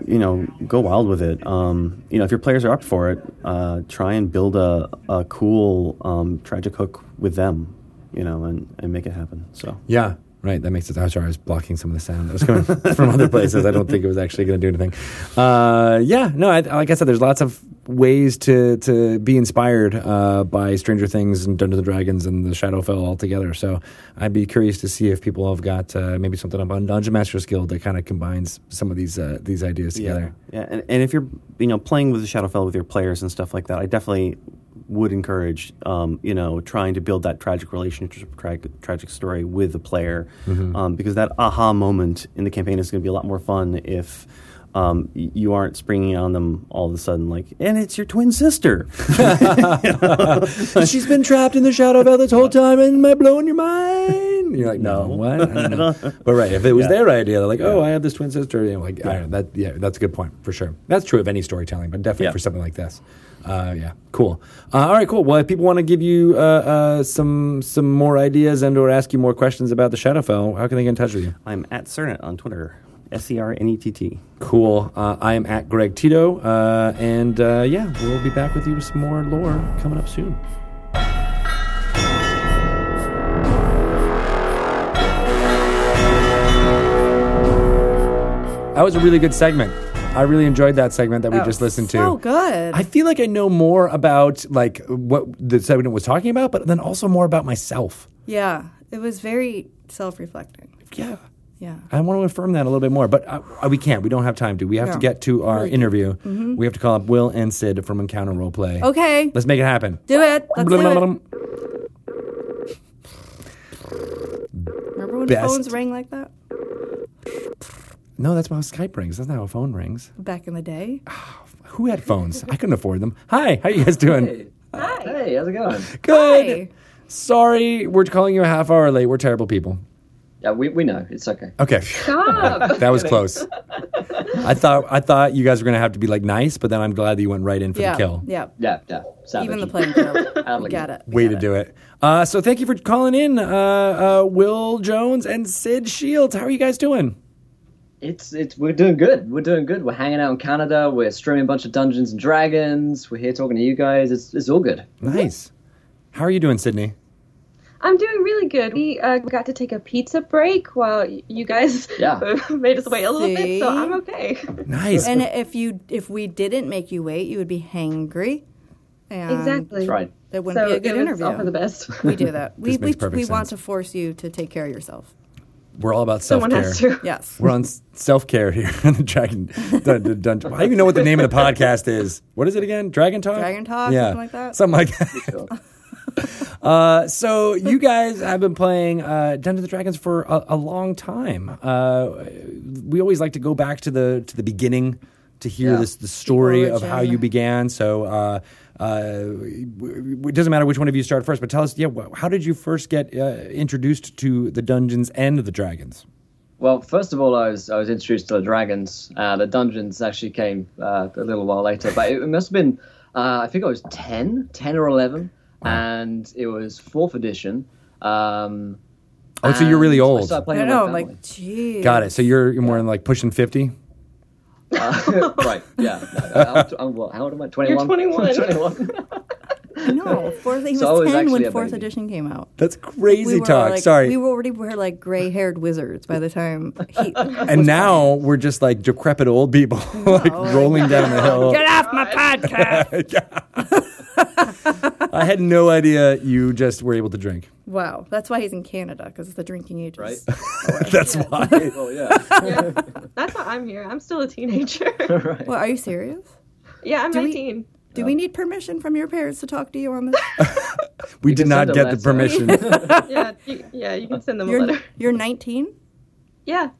Speaker 3: you know, go wild with it. Um, you know, if your players are up for it, uh, try and build a, a cool um, tragic hook with them. You know, and, and make it happen. So
Speaker 1: Yeah, right. That makes sense. I'm sorry, I was blocking some of the sound that was coming from other places. I don't think it was actually going to do anything. Uh, yeah, no. I, like I said, there's lots of ways to to be inspired uh, by Stranger Things and Dungeons and Dragons and the Shadowfell altogether. So I'd be curious to see if people have got uh, maybe something up on Dungeon Master's Guild that kind of combines some of these uh, these ideas together.
Speaker 3: Yeah, yeah. And, and if you're you know playing with the Shadowfell with your players and stuff like that, I definitely would encourage um, you know trying to build that tragic relationship, tra- tragic story with the player, um, because that aha moment in the campaign is going to be a lot more fun if. Um, y- you aren't springing on them all of a sudden, like, and it's your twin sister.
Speaker 1: She's been trapped in the Shadowfell this whole time, and am I blowing your mind? You're like, no, what? I don't know. but right, if it was their idea, they're like, oh, I have this twin sister. You know, like, I don't know, that, yeah, that's a good point for sure. That's true of any storytelling, but definitely
Speaker 3: Yeah.
Speaker 1: for something like this. Uh, yeah, cool. Uh, all right, cool. Well, if people want to give you uh, uh, some some more ideas and or ask you more questions about the Shadowfell, how can they get in touch with you?
Speaker 3: I'm at Cernet on Twitter, S E R N E T T.
Speaker 1: Cool. Uh, I am at Greg Tito, uh, and uh, yeah, we'll be back with you with some more lore coming up soon. That was a really good segment. I really enjoyed that segment that we just listened to.
Speaker 2: So good.
Speaker 1: I feel like I know more about like what the segment was talking about, but then also more about myself.
Speaker 2: yeah, it was very self-reflecting.
Speaker 1: Yeah.
Speaker 2: Yeah.
Speaker 1: I want to affirm that a little bit more, but uh, uh, we can't. We don't have time to. We have to
Speaker 2: No. Mm-hmm.
Speaker 1: get to our interview. We have to call up Will and Sid from Encounter Roleplay.
Speaker 2: Okay,
Speaker 1: Let's make it happen.
Speaker 2: do it. Let's do it.
Speaker 1: Blum-blum-blum.
Speaker 2: Remember when
Speaker 1: Best.
Speaker 2: phones rang like that
Speaker 1: No, that's how Skype rings. That's not how a phone rings.
Speaker 2: back in the day?
Speaker 1: Who had phones? I couldn't afford them. Hi, how you guys doing?
Speaker 2: Hi.
Speaker 4: Hey, how's it going?
Speaker 1: Good.
Speaker 2: Hi.
Speaker 1: Sorry, we're calling you a half hour late. We're terrible people.
Speaker 4: Yeah, we, we know. It's okay.
Speaker 1: Okay,
Speaker 4: Stop.
Speaker 1: that was close. I thought I thought you guys were gonna have to be like nice, but then I'm glad that you went right in for
Speaker 2: Yeah.
Speaker 1: the kill.
Speaker 2: Yeah.
Speaker 4: yeah, yeah. Savage.
Speaker 2: Even the playing field.
Speaker 4: I'm
Speaker 2: We
Speaker 4: like-
Speaker 2: got it.
Speaker 1: Way to do it. Uh, so thank you for calling in, uh, uh, Will Jones and Sid Shields. How are you guys doing?
Speaker 4: It's it's we're doing good. We're doing good. We're hanging out in Canada. We're streaming a bunch of Dungeons and Dragons. We're here talking to you guys. It's it's all good.
Speaker 1: Nice. How are you doing, Sydney?
Speaker 5: I'm doing really good. We uh, got to take a pizza break while y- you guys
Speaker 4: Yeah.
Speaker 5: made us wait a little bit, so
Speaker 2: See?
Speaker 5: I'm okay.
Speaker 1: Nice.
Speaker 2: And if you if we didn't make you wait, you would be hangry. And
Speaker 5: exactly.
Speaker 4: That's right.
Speaker 2: That wouldn't
Speaker 5: So
Speaker 2: be a good
Speaker 5: it was
Speaker 2: interview.
Speaker 5: all for the best.
Speaker 2: We do that. we
Speaker 1: This
Speaker 2: we,
Speaker 1: makes perfect
Speaker 2: we want
Speaker 1: sense.
Speaker 2: to force you to take care of yourself.
Speaker 1: We're all about self
Speaker 5: Someone
Speaker 1: care.
Speaker 5: has to.
Speaker 2: Yes.
Speaker 1: We're on self care here on the Dragon dun, dun, dun, I don't even know what the name of the podcast is. What is it again? Dragon Talk?
Speaker 2: Dragon Talk, something like that?
Speaker 1: Something like that.
Speaker 4: Sure.
Speaker 1: Uh, so, you guys have been playing uh, Dungeons and Dragons for a, a long time. Uh, we always like to go back to the to the beginning to hear
Speaker 4: Yeah.
Speaker 1: this the story of how
Speaker 2: origin.
Speaker 1: you began. So, uh, uh, w- w- it doesn't matter which one of you start first, but tell us, yeah, wh- how did you first get uh, introduced to the dungeons and the dragons?
Speaker 4: Well, first of all, I was I was introduced to the dragons. Uh, the dungeons actually came uh, a little while later, but it, it must have been uh, I think I was 10, 10 or eleven, and it was fourth edition. Um,
Speaker 1: Oh, so you're really
Speaker 4: and I
Speaker 1: old.
Speaker 4: started playing
Speaker 2: I
Speaker 4: with my
Speaker 2: know. I'm like,
Speaker 4: family.
Speaker 2: geez.
Speaker 1: Got it. So you're you're more in like pushing fifty.
Speaker 4: Uh, right. Yeah. No, I'm, I'm what? How old am I? 21?
Speaker 5: 21.
Speaker 4: 21.
Speaker 2: No, fourth, he was
Speaker 4: So I was
Speaker 2: ten
Speaker 4: actually
Speaker 2: when
Speaker 4: a
Speaker 2: fourth
Speaker 4: baby.
Speaker 2: edition came out.
Speaker 1: That's crazy
Speaker 2: were
Speaker 1: talk.
Speaker 2: like-
Speaker 1: Sorry.
Speaker 2: we were already were like gray-haired wizards by the time he.
Speaker 1: and now we're just like decrepit old people, like rolling down the hill.
Speaker 2: Get off my podcast!
Speaker 1: I had no idea you just were able to drink.
Speaker 2: wow, that's why he's in Canada because the drinking age is
Speaker 4: Right.
Speaker 1: That's why.
Speaker 4: Well, yeah.
Speaker 5: That's why I'm here. I'm still a teenager.
Speaker 2: Well, are you serious?
Speaker 5: yeah, I'm
Speaker 2: we-
Speaker 5: 19.
Speaker 2: Do we need permission from your parents to talk to you on this?
Speaker 1: We
Speaker 4: You
Speaker 1: did
Speaker 4: can
Speaker 1: not
Speaker 4: send a
Speaker 1: get the
Speaker 4: letter.
Speaker 1: permission.
Speaker 5: yeah, you, yeah, you can send them a
Speaker 2: You're
Speaker 5: letter.
Speaker 2: you're 19.
Speaker 5: Yeah,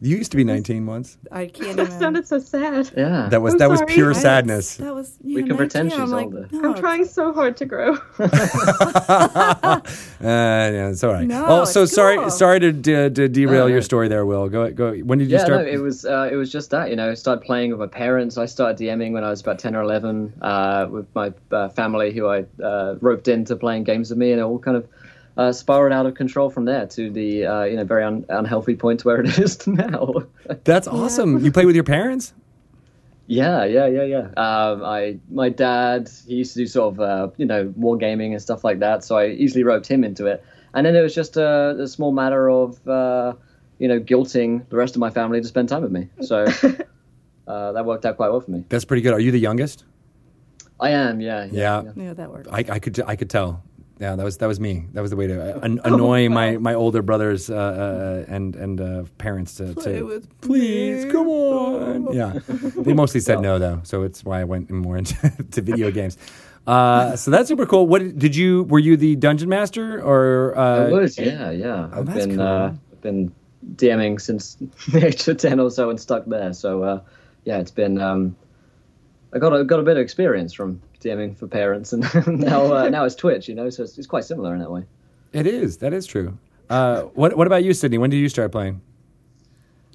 Speaker 1: you used to be 19 once.
Speaker 2: I can't
Speaker 5: that
Speaker 2: imagine.
Speaker 5: sounded so sad.
Speaker 4: Yeah.
Speaker 1: That was
Speaker 5: I'm
Speaker 1: that was
Speaker 5: sorry,
Speaker 1: pure
Speaker 5: I-
Speaker 1: sadness.
Speaker 2: That was
Speaker 4: We
Speaker 2: yeah,
Speaker 4: can pretend
Speaker 2: 19,
Speaker 4: she's
Speaker 2: I'm like,
Speaker 4: older.
Speaker 2: No,
Speaker 5: I'm trying so hard to grow.
Speaker 1: Uh, yeah, it's all right.
Speaker 2: No,
Speaker 1: oh, so
Speaker 2: it's
Speaker 1: sorry,
Speaker 2: cool.
Speaker 1: sorry to de- de- derail
Speaker 4: No,
Speaker 1: your
Speaker 4: no.
Speaker 1: story there, Will. Go go. When did you
Speaker 4: yeah,
Speaker 1: start?
Speaker 4: no, it was uh, it was just that you know. I started playing with my parents. I started DMing when I was about ten or eleven uh, with my uh, family, who I uh, roped into playing games with me, and it all kind of uh, spiraled out of control from there to the uh, you know very un- unhealthy point to where it is now.
Speaker 1: That's awesome. You play with your parents?
Speaker 4: Yeah, yeah, yeah, yeah. Um, I my dad he used to do sort of uh, you know war gaming and stuff like that, so I easily roped him into it. And then it was just a, a small matter of uh, you know guilting the rest of my family to spend time with me. So uh, that worked out quite well for me.
Speaker 1: That's pretty good. Are you the youngest?
Speaker 4: I am, yeah,
Speaker 1: Yeah.
Speaker 2: Yeah, that worked.
Speaker 1: I, I could I could tell. Yeah, that was that was me. That was the way to uh, an-
Speaker 2: Oh,
Speaker 1: annoy my, my older brothers uh, uh, and and uh, parents to,
Speaker 2: Play
Speaker 1: to
Speaker 2: with
Speaker 1: please
Speaker 2: me. Oh.
Speaker 1: come on. Yeah, they mostly said no though, so it's why I went more into to video games. Uh, so that's super cool. What did you? Were you the dungeon master or?
Speaker 4: I
Speaker 1: Uh,
Speaker 4: was, yeah, yeah.
Speaker 2: Oh,
Speaker 4: I've
Speaker 1: that's
Speaker 4: been
Speaker 1: cool.
Speaker 4: uh, I've been DMing since the age of ten or so and stuck there. So uh, yeah, it's been um, I got a, got a bit of experience from DMing for parents, and now uh, now it's Twitch, you know, so it's, it's quite similar in that way.
Speaker 1: it is. That is true. Uh, what What about you, Sydney? When did you start playing?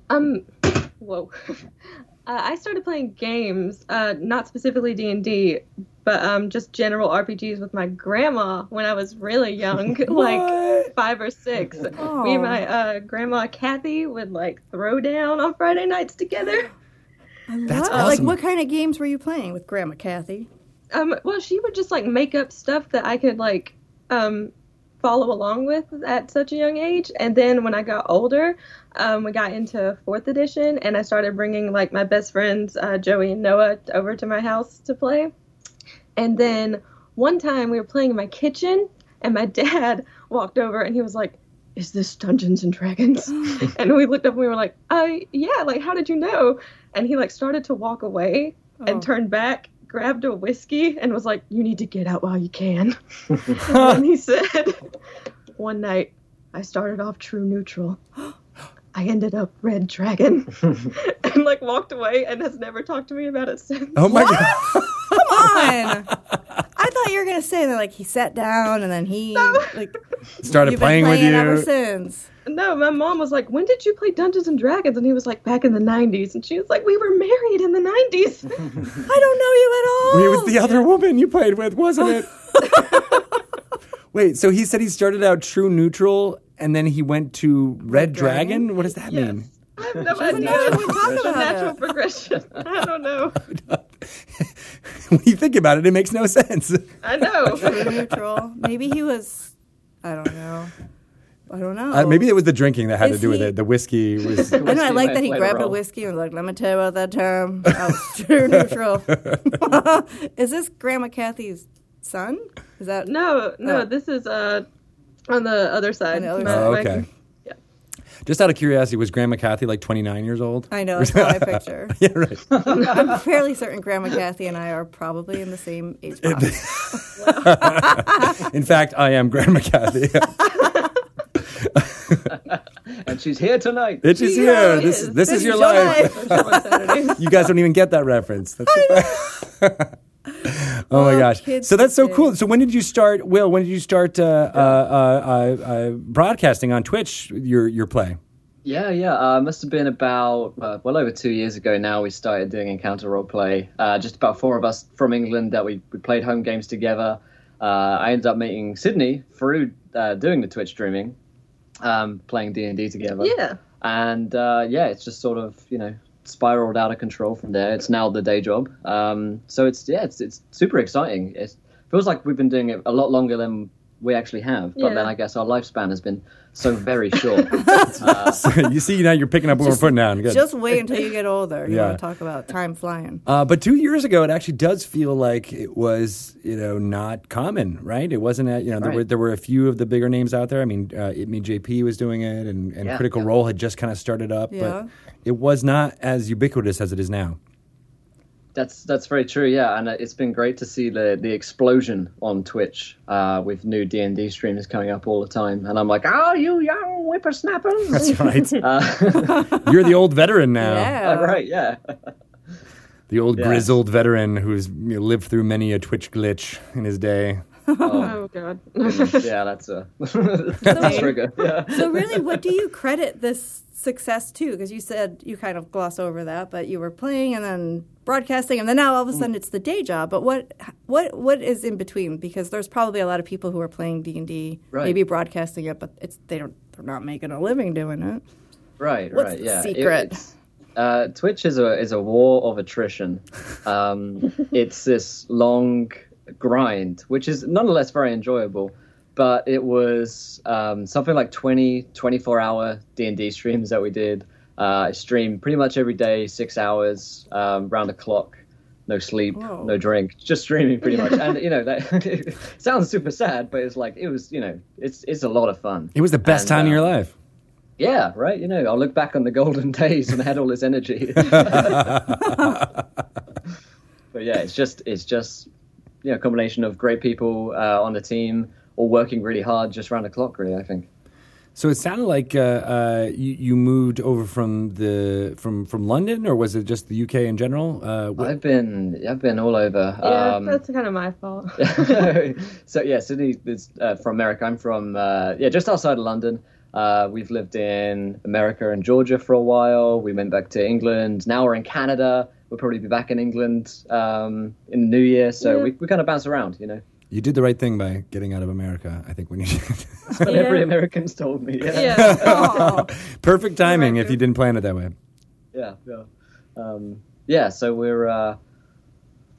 Speaker 5: Um, whoa. Uh, I started playing games, uh, not specifically D and D, but um, just general RPGs with my grandma when I was really young, like five or six. Me
Speaker 2: Aw.
Speaker 5: and my uh, grandma Kathy would like throw down on Friday nights together.
Speaker 1: That's
Speaker 2: Wow. Like
Speaker 1: awesome.
Speaker 2: what kind of games were you playing with Grandma Kathy?
Speaker 5: Um, well, she would just like make up stuff that I could like um, follow along with at such a young age. And then when I got older, um, we got into fourth edition, and I started bringing like my best friends uh, Joey and Noah over to my house to play. And then one time we were playing in my kitchen, and my dad walked over and he was like, "Is this Dungeons and Dragons?" and we looked up and we were like, "Uh, yeah. Like, how did you know?" And he like started to walk away
Speaker 2: Oh.
Speaker 5: and turned back, grabbed a whiskey, and was like, "You need to get out while you can." and he said, "One night, I started off true neutral." I ended up Red Dragon and like walked away and has never talked to me about it since.
Speaker 1: Oh my god!
Speaker 2: Come on. I thought you were gonna say that like he sat down and then he like
Speaker 1: Started
Speaker 2: you've
Speaker 1: playing,
Speaker 2: been
Speaker 1: with
Speaker 2: playing
Speaker 1: you.
Speaker 2: ever since.
Speaker 5: No, my mom was like, "When did you play Dungeons and Dragons?" And he was like, "Back in the '90s." And she was like, "We were married in the '90s."
Speaker 2: I don't know
Speaker 1: It
Speaker 2: you at all.
Speaker 1: was the other woman you played with, wasn't it? Wait, so he said he started out true neutral and then he went to Red Dragon?
Speaker 2: Dragon?
Speaker 1: What does that mean?
Speaker 5: I have no
Speaker 2: know.
Speaker 5: idea.
Speaker 2: We talk
Speaker 5: It's a
Speaker 2: about
Speaker 5: natural
Speaker 2: it.
Speaker 5: progression. I don't know.
Speaker 1: when you think about it, it makes no sense. Uh,
Speaker 5: I know.
Speaker 2: True neutral. Maybe he was I don't know. I don't know.
Speaker 1: Uh, maybe it was the drinking that had
Speaker 2: Oh. Is
Speaker 1: to do with
Speaker 2: he-
Speaker 1: it. The whiskey was.
Speaker 2: I know. I
Speaker 4: Whiskey
Speaker 2: like
Speaker 4: might
Speaker 2: that he
Speaker 4: play the
Speaker 2: grabbed a
Speaker 4: role.
Speaker 2: whiskey and was like, "Let me tell you about that term. I was true neutral." Is this Grandma Kathy's son? Is that
Speaker 5: No, no,
Speaker 2: Oh.
Speaker 5: this is uh on the other side.
Speaker 2: On the other
Speaker 5: My-
Speaker 2: side.
Speaker 1: Oh,
Speaker 5: my-
Speaker 1: okay. Just out of curiosity, was Grandma Kathy like 29 years old?
Speaker 2: I know. That's what I picture.
Speaker 1: yeah, right.
Speaker 2: I'm fairly certain Grandma Kathy and I are probably in the same age box.
Speaker 1: In fact, I am Grandma Kathy.
Speaker 4: And she's here tonight.
Speaker 1: it is
Speaker 5: Yeah,
Speaker 1: here.
Speaker 5: it
Speaker 1: This,
Speaker 5: is.
Speaker 1: this is
Speaker 2: This
Speaker 1: your
Speaker 2: is your
Speaker 1: life.
Speaker 2: life.
Speaker 1: you guys don't even get that reference. That's oh my
Speaker 2: Oh,
Speaker 1: gosh!
Speaker 2: kids
Speaker 1: So that's so
Speaker 2: these
Speaker 1: cool. So when did you start, Will? When did you start uh, uh, uh, uh, uh, broadcasting on Twitch your your play?
Speaker 4: Yeah, yeah. Uh, must have been about uh, well over two years ago now. We started doing encounter roleplay. Uh, just about four of us from England that we, we played home games together. Uh, I ended up meeting Sydney through uh, doing the Twitch streaming, um, playing D and D together.
Speaker 5: Yeah.
Speaker 4: And uh, yeah, it's just sort of you know spiraled out of control from there. It's now the day job. Um, so it's yeah, it's it's super exciting. It feels like we've been doing it a lot longer than we actually have. But
Speaker 5: Yeah.
Speaker 4: then I guess our lifespan has been so very short.
Speaker 1: So you see now you're picking up what we're putting down. Good.
Speaker 2: Just wait until you get older. You
Speaker 1: Yeah.
Speaker 2: want to talk about time flying.
Speaker 1: Uh, but two years ago, it actually does feel like it was, you know, not common, right? It wasn't, a, you know, there
Speaker 4: Right.
Speaker 1: were there were a few of the bigger names out there. I mean, uh, it me JP was doing it, and, and
Speaker 4: Yeah,
Speaker 1: Critical
Speaker 4: yeah.
Speaker 1: Role had just kind of started up,
Speaker 2: Yeah.
Speaker 1: but it was not as ubiquitous as it is now.
Speaker 4: That's that's very true, yeah, and uh, it's been great to see the the explosion on Twitch uh, with new D and D streamers coming up all the time, and I'm like, oh, you young whippersnappers!
Speaker 1: That's right.
Speaker 4: Uh,
Speaker 1: You're the old veteran now.
Speaker 2: Yeah.
Speaker 4: right, yeah,
Speaker 1: The old
Speaker 4: Yeah.
Speaker 1: grizzled veteran who's you know, lived through many a Twitch glitch in his day.
Speaker 5: Oh god.
Speaker 4: yeah, that's a that's a trigger. Yeah.
Speaker 2: So really, what do you credit this success to? Because you said you kind of gloss over that, but you were playing and then broadcasting, and then now all of a sudden it's the day job. But what what what is in between? Because there's probably a lot of people who are playing D and D,
Speaker 4: Right.
Speaker 2: maybe broadcasting it, but it's they don't they're not making a living doing it.
Speaker 4: Right,
Speaker 2: What's
Speaker 4: right,
Speaker 2: the
Speaker 4: yeah. It-
Speaker 2: secret?
Speaker 4: it's- uh, Twitch is a is a war of attrition. Um, it's this long grind, which is nonetheless very enjoyable. But it was um, something like 20, 24 hour D and D streams that we did. Uh, I streamed pretty much every day, six hours, um, round the clock, no sleep,
Speaker 2: Whoa.
Speaker 4: no drink, just streaming pretty much. And you know that it sounds super sad, but it's like it was, you know, it's it's a lot of fun.
Speaker 1: It was the best
Speaker 4: And,
Speaker 1: time of your
Speaker 2: uh,
Speaker 4: um,
Speaker 1: life.
Speaker 4: Yeah, right. You know, I'll look back on the golden days and I had all this energy. but yeah, it's just it's just you know, a combination of great people uh, on the team, all working really hard, just round the clock. Really, I think.
Speaker 1: So it sounded like uh, uh, you, you moved over from the from from London, or was it just the UK in general? Uh, wh-
Speaker 4: I've been I've been all over.
Speaker 5: yeah,
Speaker 4: um,
Speaker 5: that's kind of my fault.
Speaker 4: so yeah, Sydney is uh, from America. I'm from uh, yeah, just outside of London. Uh, we've lived in America and Georgia for a while. We went back to England. Now we're in Canada. We'll probably be back in England um, in the new year. So
Speaker 5: Yeah.
Speaker 4: we, we kind of bounce around, you know.
Speaker 1: you did the right thing by getting out of America. I think when you
Speaker 4: That's what every
Speaker 5: Yeah.
Speaker 4: American's told me. Yeah.
Speaker 5: yeah.
Speaker 2: Oh,
Speaker 1: perfect timing if
Speaker 5: America.
Speaker 1: you didn't plan it that way.
Speaker 4: yeah, yeah. Um, yeah. So we're uh,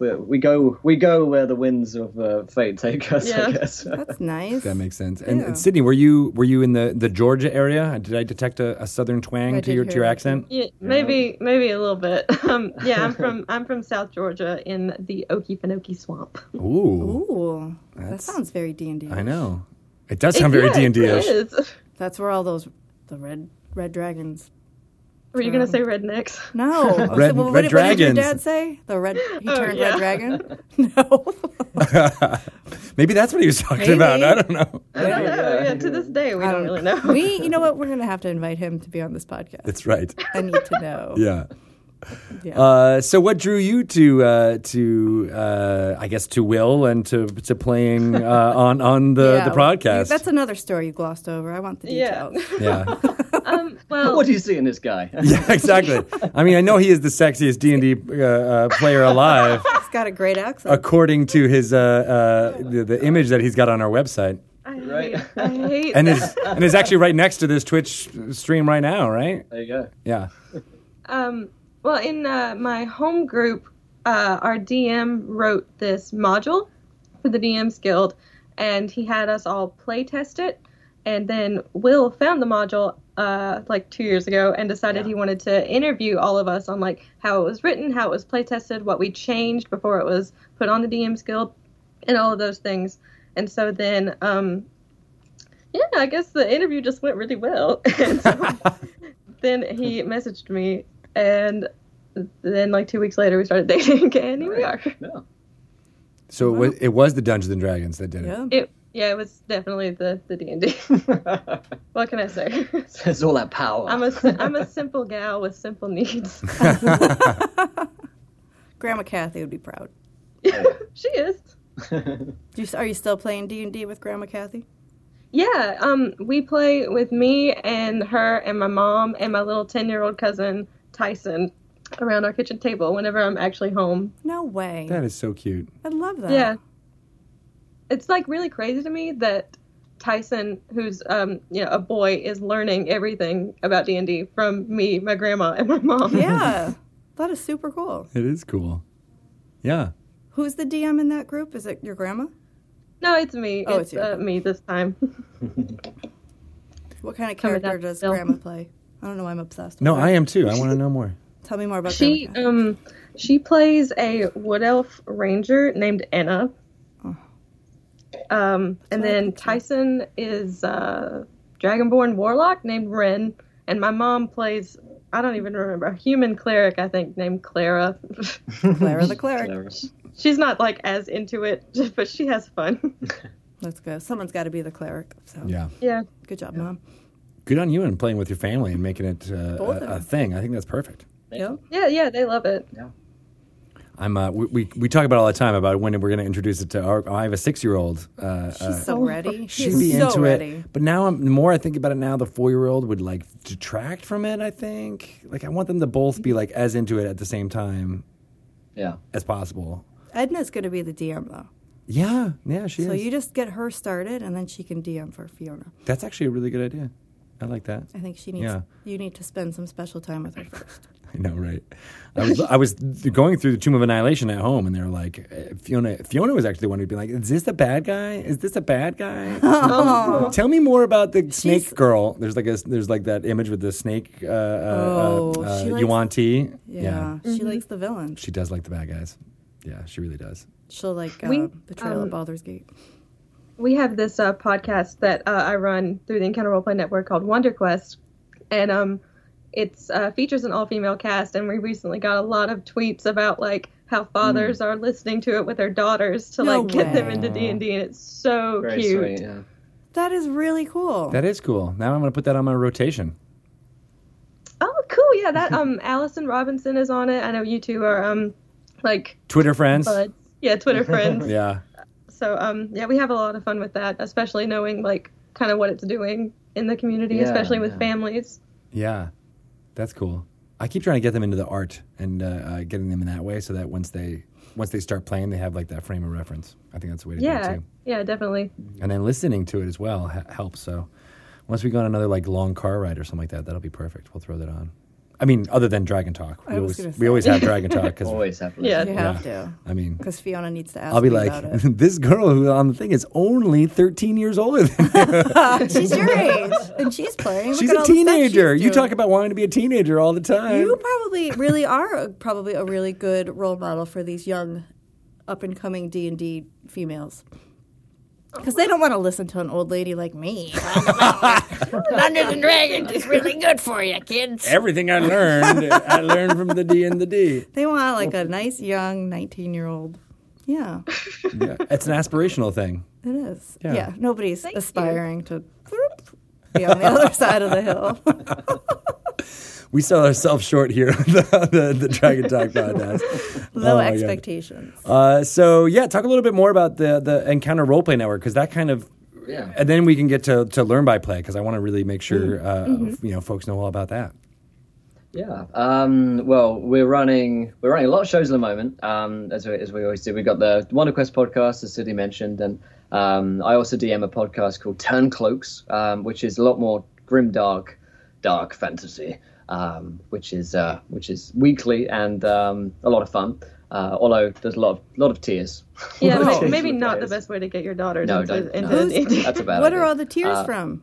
Speaker 4: we we go we go where the winds of uh, fate take us. I
Speaker 5: Yeah.
Speaker 4: guess.
Speaker 2: that's nice.
Speaker 1: That makes sense. And,
Speaker 2: Yeah.
Speaker 1: and Sydney, were you were you in the, the Georgia area? Did I detect a, a southern twang to
Speaker 2: I did
Speaker 1: your to
Speaker 2: hear
Speaker 1: your
Speaker 2: that.
Speaker 1: accent?
Speaker 5: Yeah, maybe maybe a little bit. Um, yeah, I'm from I'm from South Georgia in the Okefenokee Swamp.
Speaker 1: Ooh,
Speaker 2: Ooh, that
Speaker 1: That's-
Speaker 2: sounds very D and D.
Speaker 1: I know. It does sound very D and D ish.
Speaker 2: That's where all those the red red dragons.
Speaker 5: Were you gonna
Speaker 2: Um,
Speaker 5: say rednecks?
Speaker 2: No, red,
Speaker 1: Red-
Speaker 2: what,
Speaker 1: red
Speaker 2: did- what did your
Speaker 1: dragons.
Speaker 2: dad say? The red he
Speaker 5: Oh,
Speaker 2: turned
Speaker 5: yeah.
Speaker 2: red dragon. No.
Speaker 1: Maybe that's what he was talking about. I
Speaker 2: Maybe.
Speaker 1: don't know.
Speaker 5: I don't know. Yeah, to this day we
Speaker 2: I
Speaker 5: don't really know.
Speaker 2: Um, We, you know what? We're gonna have to invite him to be on this podcast.
Speaker 1: That's right.
Speaker 2: I need to know.
Speaker 1: Yeah.
Speaker 2: Yeah.
Speaker 1: Uh, so, what drew you to uh, to uh, I guess to Will and to to playing uh, on on the
Speaker 2: Yeah,
Speaker 1: the
Speaker 2: well,
Speaker 1: podcast?
Speaker 2: That's another story you glossed over. I want the
Speaker 5: Yeah.
Speaker 2: details.
Speaker 1: yeah,
Speaker 5: Um, well,
Speaker 4: what do you see in this guy?
Speaker 1: yeah, exactly. I mean, I know he is the sexiest D and D player alive,
Speaker 2: He's got a great accent.
Speaker 1: according to his uh, uh, the, the image that he's got on our website,
Speaker 5: I hate,
Speaker 4: Right.
Speaker 5: I hate
Speaker 1: and
Speaker 5: that.
Speaker 1: is and is actually right next to this Twitch stream right now, right?
Speaker 4: There you go.
Speaker 1: Yeah.
Speaker 5: Um, well, in uh, my home group, uh, our DM wrote this module for the DMs Guild, and he had us all play test it. And then Will found the module uh, like two years ago and decided he wanted to interview all of us on like how it was written, how it was play tested, what we changed before it was put on the DMs Guild, and all of those things. And so then, um, yeah, I guess the interview just went really well. And so then he messaged me and then like two weeks later we started dating and here we are
Speaker 4: No.
Speaker 1: So it was it was the Dungeons and Dragons that did it.
Speaker 2: Yeah.
Speaker 5: it yeah it was definitely the the d&d what can i say
Speaker 4: There's all that power.
Speaker 5: i'm a si- i'm a simple gal with simple needs
Speaker 2: Grandma Kathy would be proud.
Speaker 5: she is
Speaker 2: Do you, are you still playing D and D with Grandma Kathy?
Speaker 5: yeah um we play with me and her and my mom and my little 10 year old cousin tyson around our kitchen table whenever i'm actually home
Speaker 2: No way.
Speaker 1: That is so cute.
Speaker 2: I love that.
Speaker 5: Yeah. It's like really crazy to me that Tyson, who's um, you know, a boy, is learning everything about D and D from me, my grandma, and my mom.
Speaker 2: Yeah. That is super cool.
Speaker 1: It is cool. Yeah.
Speaker 2: Who's the DM in that group? Is it your grandma?
Speaker 5: No, it's me.
Speaker 2: Oh, it's
Speaker 5: it's
Speaker 2: you.
Speaker 5: uh, me this time.
Speaker 2: What kind of
Speaker 5: Coming
Speaker 2: character
Speaker 5: down
Speaker 2: does
Speaker 5: the hill.
Speaker 2: grandma play? I don't know why I'm obsessed.
Speaker 1: No,
Speaker 2: with
Speaker 1: I
Speaker 2: her.
Speaker 1: am too. I want to know more.
Speaker 2: Tell me more about
Speaker 5: She
Speaker 2: Grandma Kathy.
Speaker 5: um she plays a wood elf ranger named Anna. Um, and then uh, Tyson is a dragonborn warlock named Ren, and my mom plays I don't even remember a human cleric I think named Clara.
Speaker 2: Clara the cleric.
Speaker 4: Clara.
Speaker 5: She's not like as into it, but she has fun.
Speaker 2: Let's go. Someone's got to be the cleric. So
Speaker 1: Yeah.
Speaker 5: yeah.
Speaker 2: good job, mom.
Speaker 1: Good on you and playing with your family and making it uh,
Speaker 2: Both of
Speaker 1: a, a
Speaker 2: them.
Speaker 1: thing. I think that's perfect.
Speaker 2: Yeah.
Speaker 5: Yeah, yeah, they love it.
Speaker 1: I'm. Uh, we, we we talk about it all the time about when we're going to introduce it to our. I have a six year old. Uh,
Speaker 2: She's so ready.
Speaker 1: she'd
Speaker 2: She's
Speaker 1: be
Speaker 2: so
Speaker 1: into
Speaker 2: ready.
Speaker 1: it. But now, I'm, the more I think about it now, the four year old would like detract from it. I think. Like I want them to both be like as into it at the same time
Speaker 4: Yeah.
Speaker 1: as possible.
Speaker 2: Edna's going to be the DM though.
Speaker 1: Yeah, yeah, she
Speaker 2: So
Speaker 1: is.
Speaker 2: you just get her started, and then she can DM for Fiona.
Speaker 1: That's actually a really good idea. I like that.
Speaker 2: I think she needs.
Speaker 1: Yeah.
Speaker 2: You need to spend some special time with her first.
Speaker 1: I know, right? I was I was th- going through the Tomb of Annihilation at home, and they were like, uh, Fiona. Fiona was actually the one who'd been like, "Is this a bad guy? Is this a bad guy?
Speaker 5: Oh.
Speaker 1: Tell me more about the snake
Speaker 2: She's-
Speaker 1: girl." There's like a there's like that image with the snake. Uh,
Speaker 2: Oh,
Speaker 1: uh, uh, uh,
Speaker 2: she likes-
Speaker 1: Yuan Ti.
Speaker 2: Yeah,
Speaker 5: Mm-hmm.
Speaker 2: she likes the villain.
Speaker 1: she does like the bad guys. Yeah, she really does.
Speaker 2: She'll like uh,
Speaker 5: We-
Speaker 2: betrayal
Speaker 5: um,
Speaker 2: at Baldur's Gate.
Speaker 5: we have this uh, podcast that uh, I run through the Encounter Roleplay Network called Wonder Quest, and um, it's uh, features an all-female cast. And we recently got a lot of tweets about like how fathers are listening to it with their daughters to
Speaker 2: Hmm. No
Speaker 5: like get them
Speaker 2: way.
Speaker 5: into D and D, and it's so
Speaker 4: Very
Speaker 5: cute.
Speaker 4: sweet. Yeah.
Speaker 2: That is really cool.
Speaker 1: That is cool. Now I'm gonna put that on my rotation.
Speaker 5: Oh, cool! Yeah, that um, Allison Robinson is on it. I know you two are um, like
Speaker 1: Twitter friends.
Speaker 5: buds. Yeah, Twitter friends.
Speaker 1: Yeah,
Speaker 5: So um, yeah, we have a lot of fun with that, especially knowing like kind of what it's doing in the community,
Speaker 4: Yeah,
Speaker 5: especially with
Speaker 4: yeah.
Speaker 5: families.
Speaker 1: yeah, that's cool. I keep trying to get them into the art and uh, uh, getting them in that way, so that once they once they start playing, they have like that frame of reference. I think that's the way to do it
Speaker 5: Yeah,
Speaker 1: too.
Speaker 5: yeah, definitely.
Speaker 1: and then listening to it as well h- helps. So once we go on another like long car ride or something like that, that'll be perfect. We'll throw that on. I mean, other than Dragon Talk, we always
Speaker 2: was gonna
Speaker 1: we
Speaker 2: say.
Speaker 1: always have Dragon Talk because
Speaker 4: Always happy.
Speaker 5: Yeah.
Speaker 2: you have to,
Speaker 1: I mean.
Speaker 2: because Fiona needs to ask.
Speaker 1: I'll be
Speaker 2: me
Speaker 1: like,
Speaker 2: about it.
Speaker 1: this girl who on the thing is only 13 years older than me.
Speaker 2: she's your age, and she's playing. Look
Speaker 1: She's
Speaker 2: at
Speaker 1: a
Speaker 2: all the stuff
Speaker 1: teenager.
Speaker 2: she's
Speaker 1: You
Speaker 2: doing.
Speaker 1: talk about wanting to be a teenager all the time.
Speaker 2: You probably really are a, probably a really good role model for these young, up and coming D and D females. Because they don't want to listen to an old lady like me.
Speaker 6: Dungeons and Dragons is really good for you, kids.
Speaker 1: Everything I learned, I learned from the D and the D.
Speaker 2: They want like a nice young nineteen year old. Yeah,
Speaker 1: Yeah, it's an aspirational thing.
Speaker 2: it is.
Speaker 1: Yeah.
Speaker 2: Yeah, nobody's aspiring to be on the other side of the hill.
Speaker 1: Oh We sell ourselves short here on the, the, the Dragon Talk podcast.
Speaker 2: Low
Speaker 1: Oh my God.
Speaker 2: expectations.
Speaker 1: Uh, so yeah, talk a little bit more about the the Encounter Roleplay Network because that kind of.
Speaker 4: Yeah. Mm-hmm.
Speaker 1: And then we can get to, to learn by play because I want to really make sure uh, you know folks know all about that.
Speaker 4: Yeah. Um, well, we're running we're running a lot of shows at the moment. Um, as we, as we always do, we've got the Wonder Quest podcast, as Sidney mentioned, and um, I also DM a podcast called Turn Cloaks, um, which is a lot more grim dark, dark fantasy, um, which is uh, which is weekly and um, a lot of fun. Uh, although there's a lot of lot of tears. A
Speaker 5: Yeah,
Speaker 4: lot of
Speaker 5: ma- maybe
Speaker 4: tears.
Speaker 5: not the best way to get your daughters
Speaker 4: No,
Speaker 5: into,
Speaker 4: don't-
Speaker 5: into
Speaker 4: no.
Speaker 5: D&D.
Speaker 4: That's a bad
Speaker 2: What
Speaker 4: idea.
Speaker 2: are all the tears
Speaker 4: Uh,
Speaker 2: from?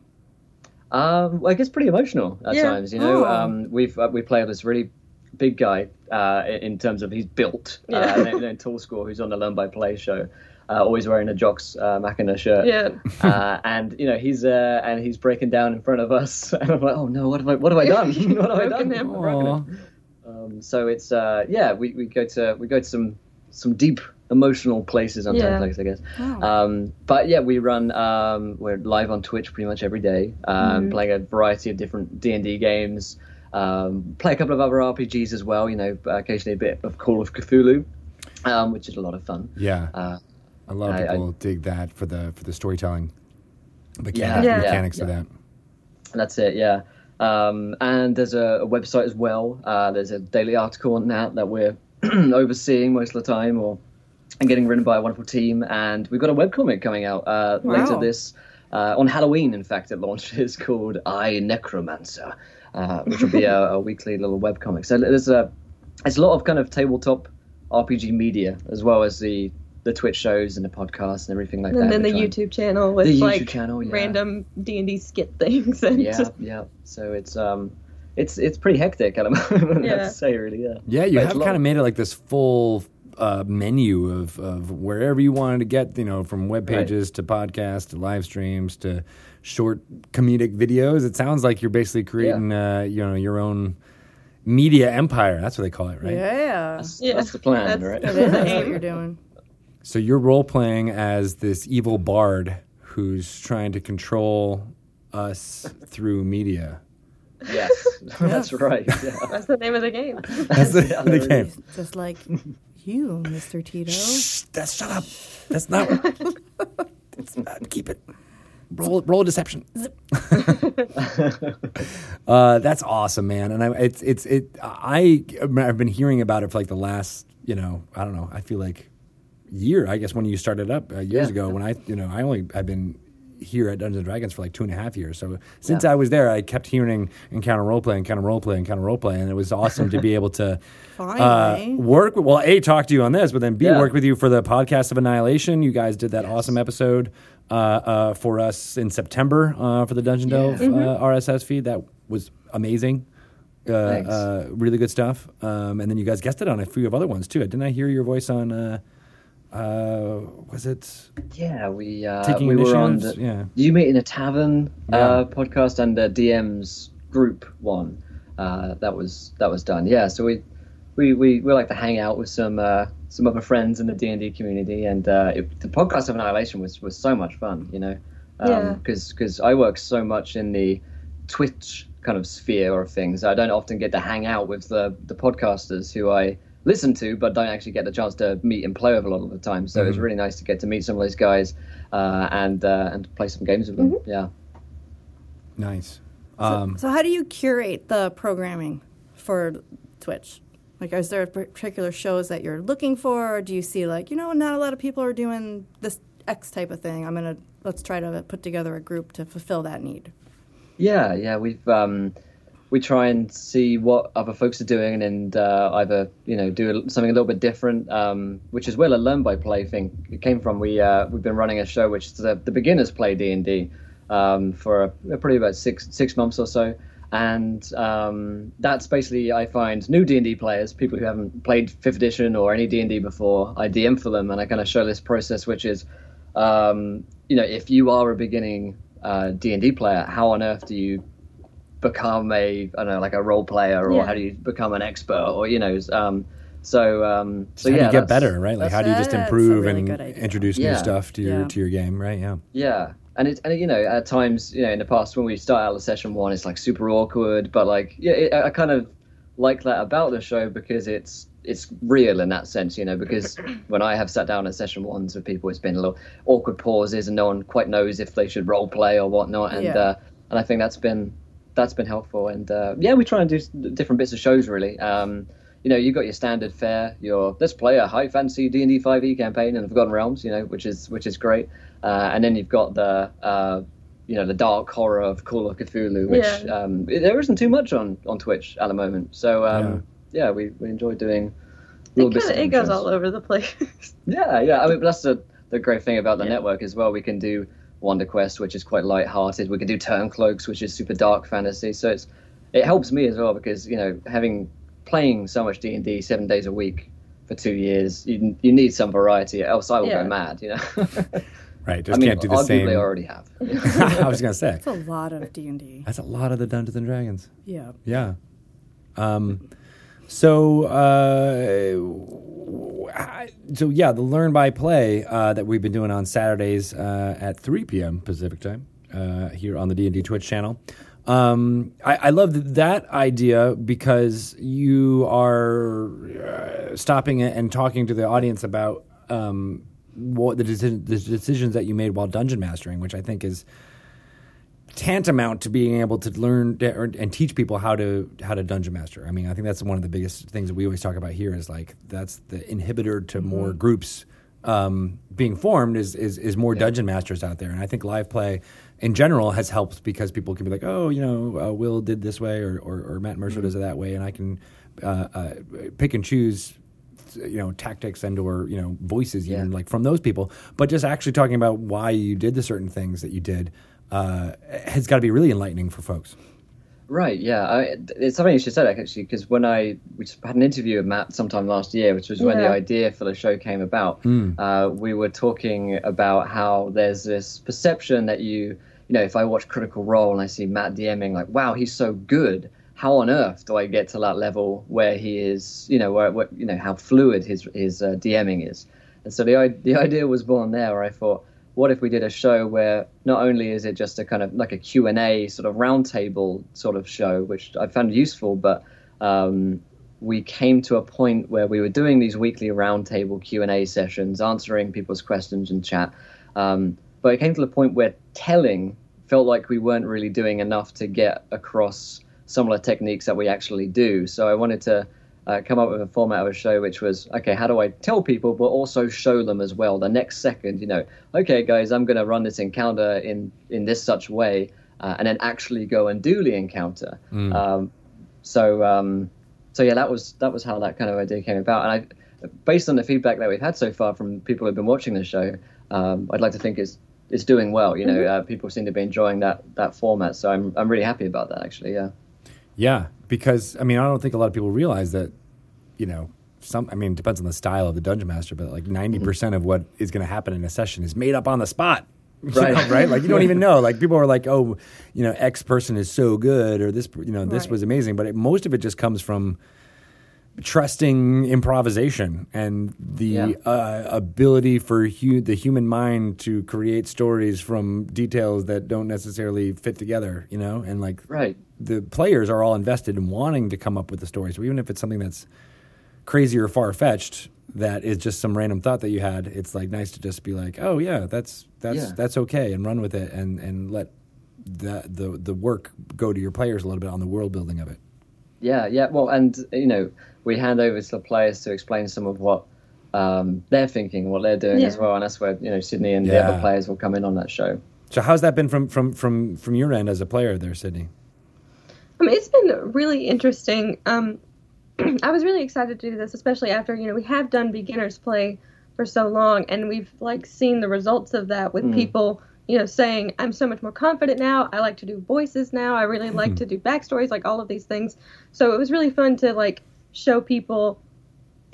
Speaker 4: Um, well, I guess pretty emotional at
Speaker 5: Yeah.
Speaker 4: times. You know,
Speaker 2: Oh.
Speaker 4: um, we've uh, we play this really big guy uh, in- in terms of he's built. Uh,
Speaker 5: Yeah.
Speaker 4: and then, then Tall Score, who's on the Learn by Play show, uh, always wearing a Jocks uh, Mackinac shirt.
Speaker 5: Yeah.
Speaker 4: Uh, and you know he's uh, and he's breaking down in front of us, and I'm like, oh no, what have I what have I done? what have I
Speaker 5: Broken
Speaker 4: done?
Speaker 5: him.
Speaker 4: I've broken him. Um, so it's uh, yeah, we, we go to we go to some some deep emotional places on
Speaker 5: Yeah.
Speaker 4: yeah. I guess. Um, but yeah, we run um, we're live on Twitch pretty much every day, um, playing a variety of different D and D games. Um, play a couple of other RPGs as well. You know, occasionally a bit of Call of Cthulhu, um, which is a lot of fun.
Speaker 1: Yeah,
Speaker 4: Uh,
Speaker 1: a lot
Speaker 4: I-
Speaker 1: of
Speaker 4: I-
Speaker 1: people dig that for the for the storytelling mechanic,
Speaker 4: Yeah,
Speaker 5: Yeah.
Speaker 1: mechanics of
Speaker 4: yeah.
Speaker 1: that.
Speaker 4: That's it, yeah. Um, and there's a, a website as well. Uh, there's a daily article on that that we're overseeing most of the time, or and getting written by a wonderful team. And we've got a webcomic coming out uh, later
Speaker 2: Wow.
Speaker 4: this uh, on Halloween. In fact, it launches called I Necromancer, uh, which will be a, a weekly little webcomic. So there's a it's a lot of kind of tabletop RPG media as well as the the Twitch shows and the podcasts and everything like that.
Speaker 5: and then
Speaker 4: We're
Speaker 5: the
Speaker 4: trying-
Speaker 5: YouTube channel with
Speaker 4: The YouTube
Speaker 5: like
Speaker 4: channel, yeah.
Speaker 5: random D and D skit things and
Speaker 4: yeah,
Speaker 5: just
Speaker 4: yeah. So it's um, it's it's pretty hectic at the moment. I have
Speaker 5: Yeah.
Speaker 4: to say, really, yeah.
Speaker 1: Yeah, you
Speaker 4: But it's
Speaker 1: have
Speaker 4: long.
Speaker 1: kind of made it like this full uh, menu of, of wherever you wanted to get, you know, from web
Speaker 4: Right.
Speaker 1: pages to podcasts to live streams to short comedic videos. It sounds like you're basically creating, uh, you know, your own media empire. That's what they call it, right?
Speaker 2: Yeah.
Speaker 5: Yeah.
Speaker 4: That's the plan,
Speaker 5: That's-
Speaker 4: right?
Speaker 5: that's
Speaker 2: That's
Speaker 5: the
Speaker 2: what
Speaker 5: aim.
Speaker 2: you're doing.
Speaker 1: So you're role playing as this evil bard who's trying to control us through media.
Speaker 4: Yes, that's right. Yeah.
Speaker 5: That's the name of the game.
Speaker 1: That's the, the game.
Speaker 2: Just like you, Mr. Tito.
Speaker 1: Shh, that's, shut up. That's not. that's not- keep it. Roll, roll a deception. uh, that's awesome, man. And I, it's, it's, it. I, I've been hearing about it for like the last, you know, I don't know. I feel like year. I guess when you started up uh, years
Speaker 4: Yeah.
Speaker 1: ago, when I, you know, I only, I've been here at Dungeons and Dragons for like two and a half years. So since I was there, I kept hearing encounter roleplay, encounter roleplay, encounter roleplay, and it was awesome to be able to
Speaker 2: Finally.
Speaker 1: Uh, work with, well, A, talk to you on this, but then B,
Speaker 4: Yeah.
Speaker 1: work with you for the podcast of Annihilation. You guys did that awesome episode uh, uh, for us in September uh, for the Dungeon Delve
Speaker 2: Mm-hmm.
Speaker 1: uh, RSS feed. That was amazing. Uh,
Speaker 4: Thanks.
Speaker 1: uh, really good stuff. Um, and then you guys guessed it on a few of other ones too. Didn't I hear your voice on, uh, uh, was it?
Speaker 4: Yeah, we uh,
Speaker 1: Taking
Speaker 4: we were on.
Speaker 1: initiatives,
Speaker 4: The,
Speaker 1: yeah.
Speaker 4: You meet in a tavern uh, podcast and the DM's group one. Uh, that was that was done. Yeah, so we we we, we like to hang out with some uh, some other friends in the D and D community, and uh, it, the podcast of Annihilation was was so much fun. You know, Um,
Speaker 5: Yeah.
Speaker 4: because because I work so much in the Twitch kind of sphere of things. I don't often get to hang out with the the podcasters who I listen to, but don't actually get the chance to meet and play with a lot of the time. So it was really nice to get to meet some of those guys uh, and uh, and play some games with them. Yeah.
Speaker 1: Nice. Um,
Speaker 2: So, how do you curate the programming for Twitch? Like, is there particular shows that you're looking for, or do you see like, you know, not a lot of people are doing this X type of thing? I'm gonna let's try to put together a group to fulfill that need.
Speaker 4: Yeah, yeah, we've um, we try and see what other folks are doing, and uh, either you know do a- something a little bit different, um, which is where the learn by play thing came from. We uh, we've been running a show which is the, the beginners play D and D for uh probably about six six months or so, and um, that's basically I find new D and D players, people who haven't played fifth edition or any D and D before. I DM for them, and I kind of show this process, which is um, you know, if you are a beginning uh, D and D player, how on earth do you become a, I don't know, like a role player, or
Speaker 5: Yeah.
Speaker 4: how do you become an expert, or you know, um, so um, so
Speaker 1: how
Speaker 4: yeah,
Speaker 1: do you get
Speaker 4: that's-
Speaker 1: better, right? Like, how do you just
Speaker 2: That's a
Speaker 1: improve
Speaker 2: really
Speaker 1: and
Speaker 2: good idea.
Speaker 1: introduce new
Speaker 4: Yeah.
Speaker 1: stuff to your
Speaker 2: Yeah.
Speaker 1: to your game, right? Yeah.
Speaker 4: Yeah, and it and you know at times you know in the past when we start out the session one, it's like super awkward, but like yeah, it, I I kind of like that about the show because it's it's real in that sense, you know. Because when I have sat down at session ones with people, it's been a little awkward pauses, and no one quite knows if they should role play or whatnot, and
Speaker 2: Yeah.
Speaker 4: uh, and I think that's been that's been helpful, and uh, yeah, we try and do s- different bits of shows really. Um, you know, you've got your standard fare, your let's play a high fantasy D and D five E campaign in the Forgotten Realms, you know, which is which is great. Uh, and then you've got the uh, you know the dark horror of Call of Cthulhu, which
Speaker 5: Yeah.
Speaker 4: um, it- there isn't too much on on Twitch at the moment. So um, yeah. we we enjoy doing little
Speaker 5: It,
Speaker 4: bits.
Speaker 5: kinda-
Speaker 4: of
Speaker 5: it goes
Speaker 4: interest.
Speaker 5: all over the place.
Speaker 4: Yeah, yeah. I mean, that's the the great thing about the network as well. We can do Wonder Quest, which is quite light-hearted. We can do Turn Cloaks, which is super dark fantasy. So it's it helps me as well because you know having playing so much D and D seven days a week for two years, you you need some variety. Else I will
Speaker 5: Yeah.
Speaker 4: go mad. You know,
Speaker 1: Right.
Speaker 4: I
Speaker 1: Just
Speaker 4: mean,
Speaker 1: can't do the
Speaker 4: arguably
Speaker 1: same.
Speaker 4: I already have.
Speaker 1: I was gonna say
Speaker 2: It's a lot of D and D.
Speaker 1: that's a lot of the Dungeons and Dragons.
Speaker 2: Yeah.
Speaker 1: Yeah. Um, so, uh, I- so yeah, the learn by play uh, that we've been doing on Saturdays uh, at 3 p.m. Pacific time uh, here on the D and D Twitch channel. Um, I, I love th- that idea because you are uh, stopping it and talking to the audience about um, what the, deci- the decisions that you made while dungeon mastering, which I think is tantamount to being able to learn da- or- and teach people how to how to dungeon master. I mean, I think that's one of the biggest things that we always talk about here is like that's the inhibitor to more groups um, being formed is is is more dungeon masters out there, and I think live play in general has helped because people can be like, oh, you know, uh, Will did this way or or, or Matt Mercer does it that way, and I can uh, uh, pick and choose you know tactics and or you know voices even
Speaker 4: Yeah.
Speaker 1: like from those people but just actually talking about why you did the certain things that you did uh, has got to be really enlightening for folks
Speaker 4: Right, yeah. I, it's something you should say, like, actually, because when I we just had an interview with Matt sometime last year, which was when the
Speaker 5: Yeah.
Speaker 4: idea for the show came about, uh, we were talking about how there's this perception that you, you know, if I watch Critical Role and I see Matt DMing, like, wow, he's so good. how on earth do I get to that level where he is, you know, where, where you know how fluid his his uh, DMing is, and so the i- the idea was born there. Where I thought, what if we did a show where not only is it just a kind of like a Q and A sort of roundtable sort of show, which I found useful, but um, we came to a point where we were doing these weekly roundtable Q and A sessions, answering people's questions in chat. Um, but it came to the point where telling felt like we weren't really doing enough to get across some of the techniques that we actually do. So I wanted to uh, come up with a format of a show which was okay. How do I tell people, but also show them as well? The next second, you know, okay, guys, I'm going to run this encounter in in this such way, uh, and then actually go and do the encounter. Um, so um, so yeah, that was that was how that kind of idea came about. And I, based on the feedback that we've had so far from people who've been watching the show, um, I'd like to think it's it's doing well. You know, uh, people seem to be enjoying that that format. So I'm I'm really happy about that actually. Yeah.
Speaker 1: Yeah, because I mean, I don't think a lot of people realize that, you know, some. I mean, it depends on the style of the dungeon master, but like
Speaker 4: Mm-hmm.
Speaker 1: ninety percent of what is going to happen in a session is made up on the spot. You know,
Speaker 4: Right.
Speaker 1: right? Like you don't even know. Like people are like, "Oh, you know, X person is so good," or "This, you know, this
Speaker 2: Right.
Speaker 1: was amazing." But it, most of it just comes from trusting improvisation and the
Speaker 4: Yeah.
Speaker 1: uh, ability for hu- the human mind to create stories from details that don't necessarily fit together, you know, and like
Speaker 4: Right.
Speaker 1: the players are all invested in wanting to come up with the story. So even if it's something that's crazy or far fetched, that is just some random thought that you had. It's like nice to just be like, oh yeah, that's that's
Speaker 4: Yeah.
Speaker 1: that's okay, and run with it, and and let the the the work go to your players a little bit on the world building of it.
Speaker 4: Yeah, yeah. Well, and you know, we hand over to the players to explain some of what um, they're thinking, what they're doing
Speaker 5: Yeah.
Speaker 4: as well, and that's where you know Sydney and the
Speaker 1: Yeah.
Speaker 4: other players will come in on that show.
Speaker 1: So how's that been from from from from your end as a player there, Sydney?
Speaker 5: I mean, Um, it's been really interesting. Um, I was really excited to do this, especially after you know we have done beginners play for so long, and we've like seen the results of that with people, you know, saying I'm so much more confident now. I like to do voices now. I really like to do backstories, like all of these things. So it was really fun to like show people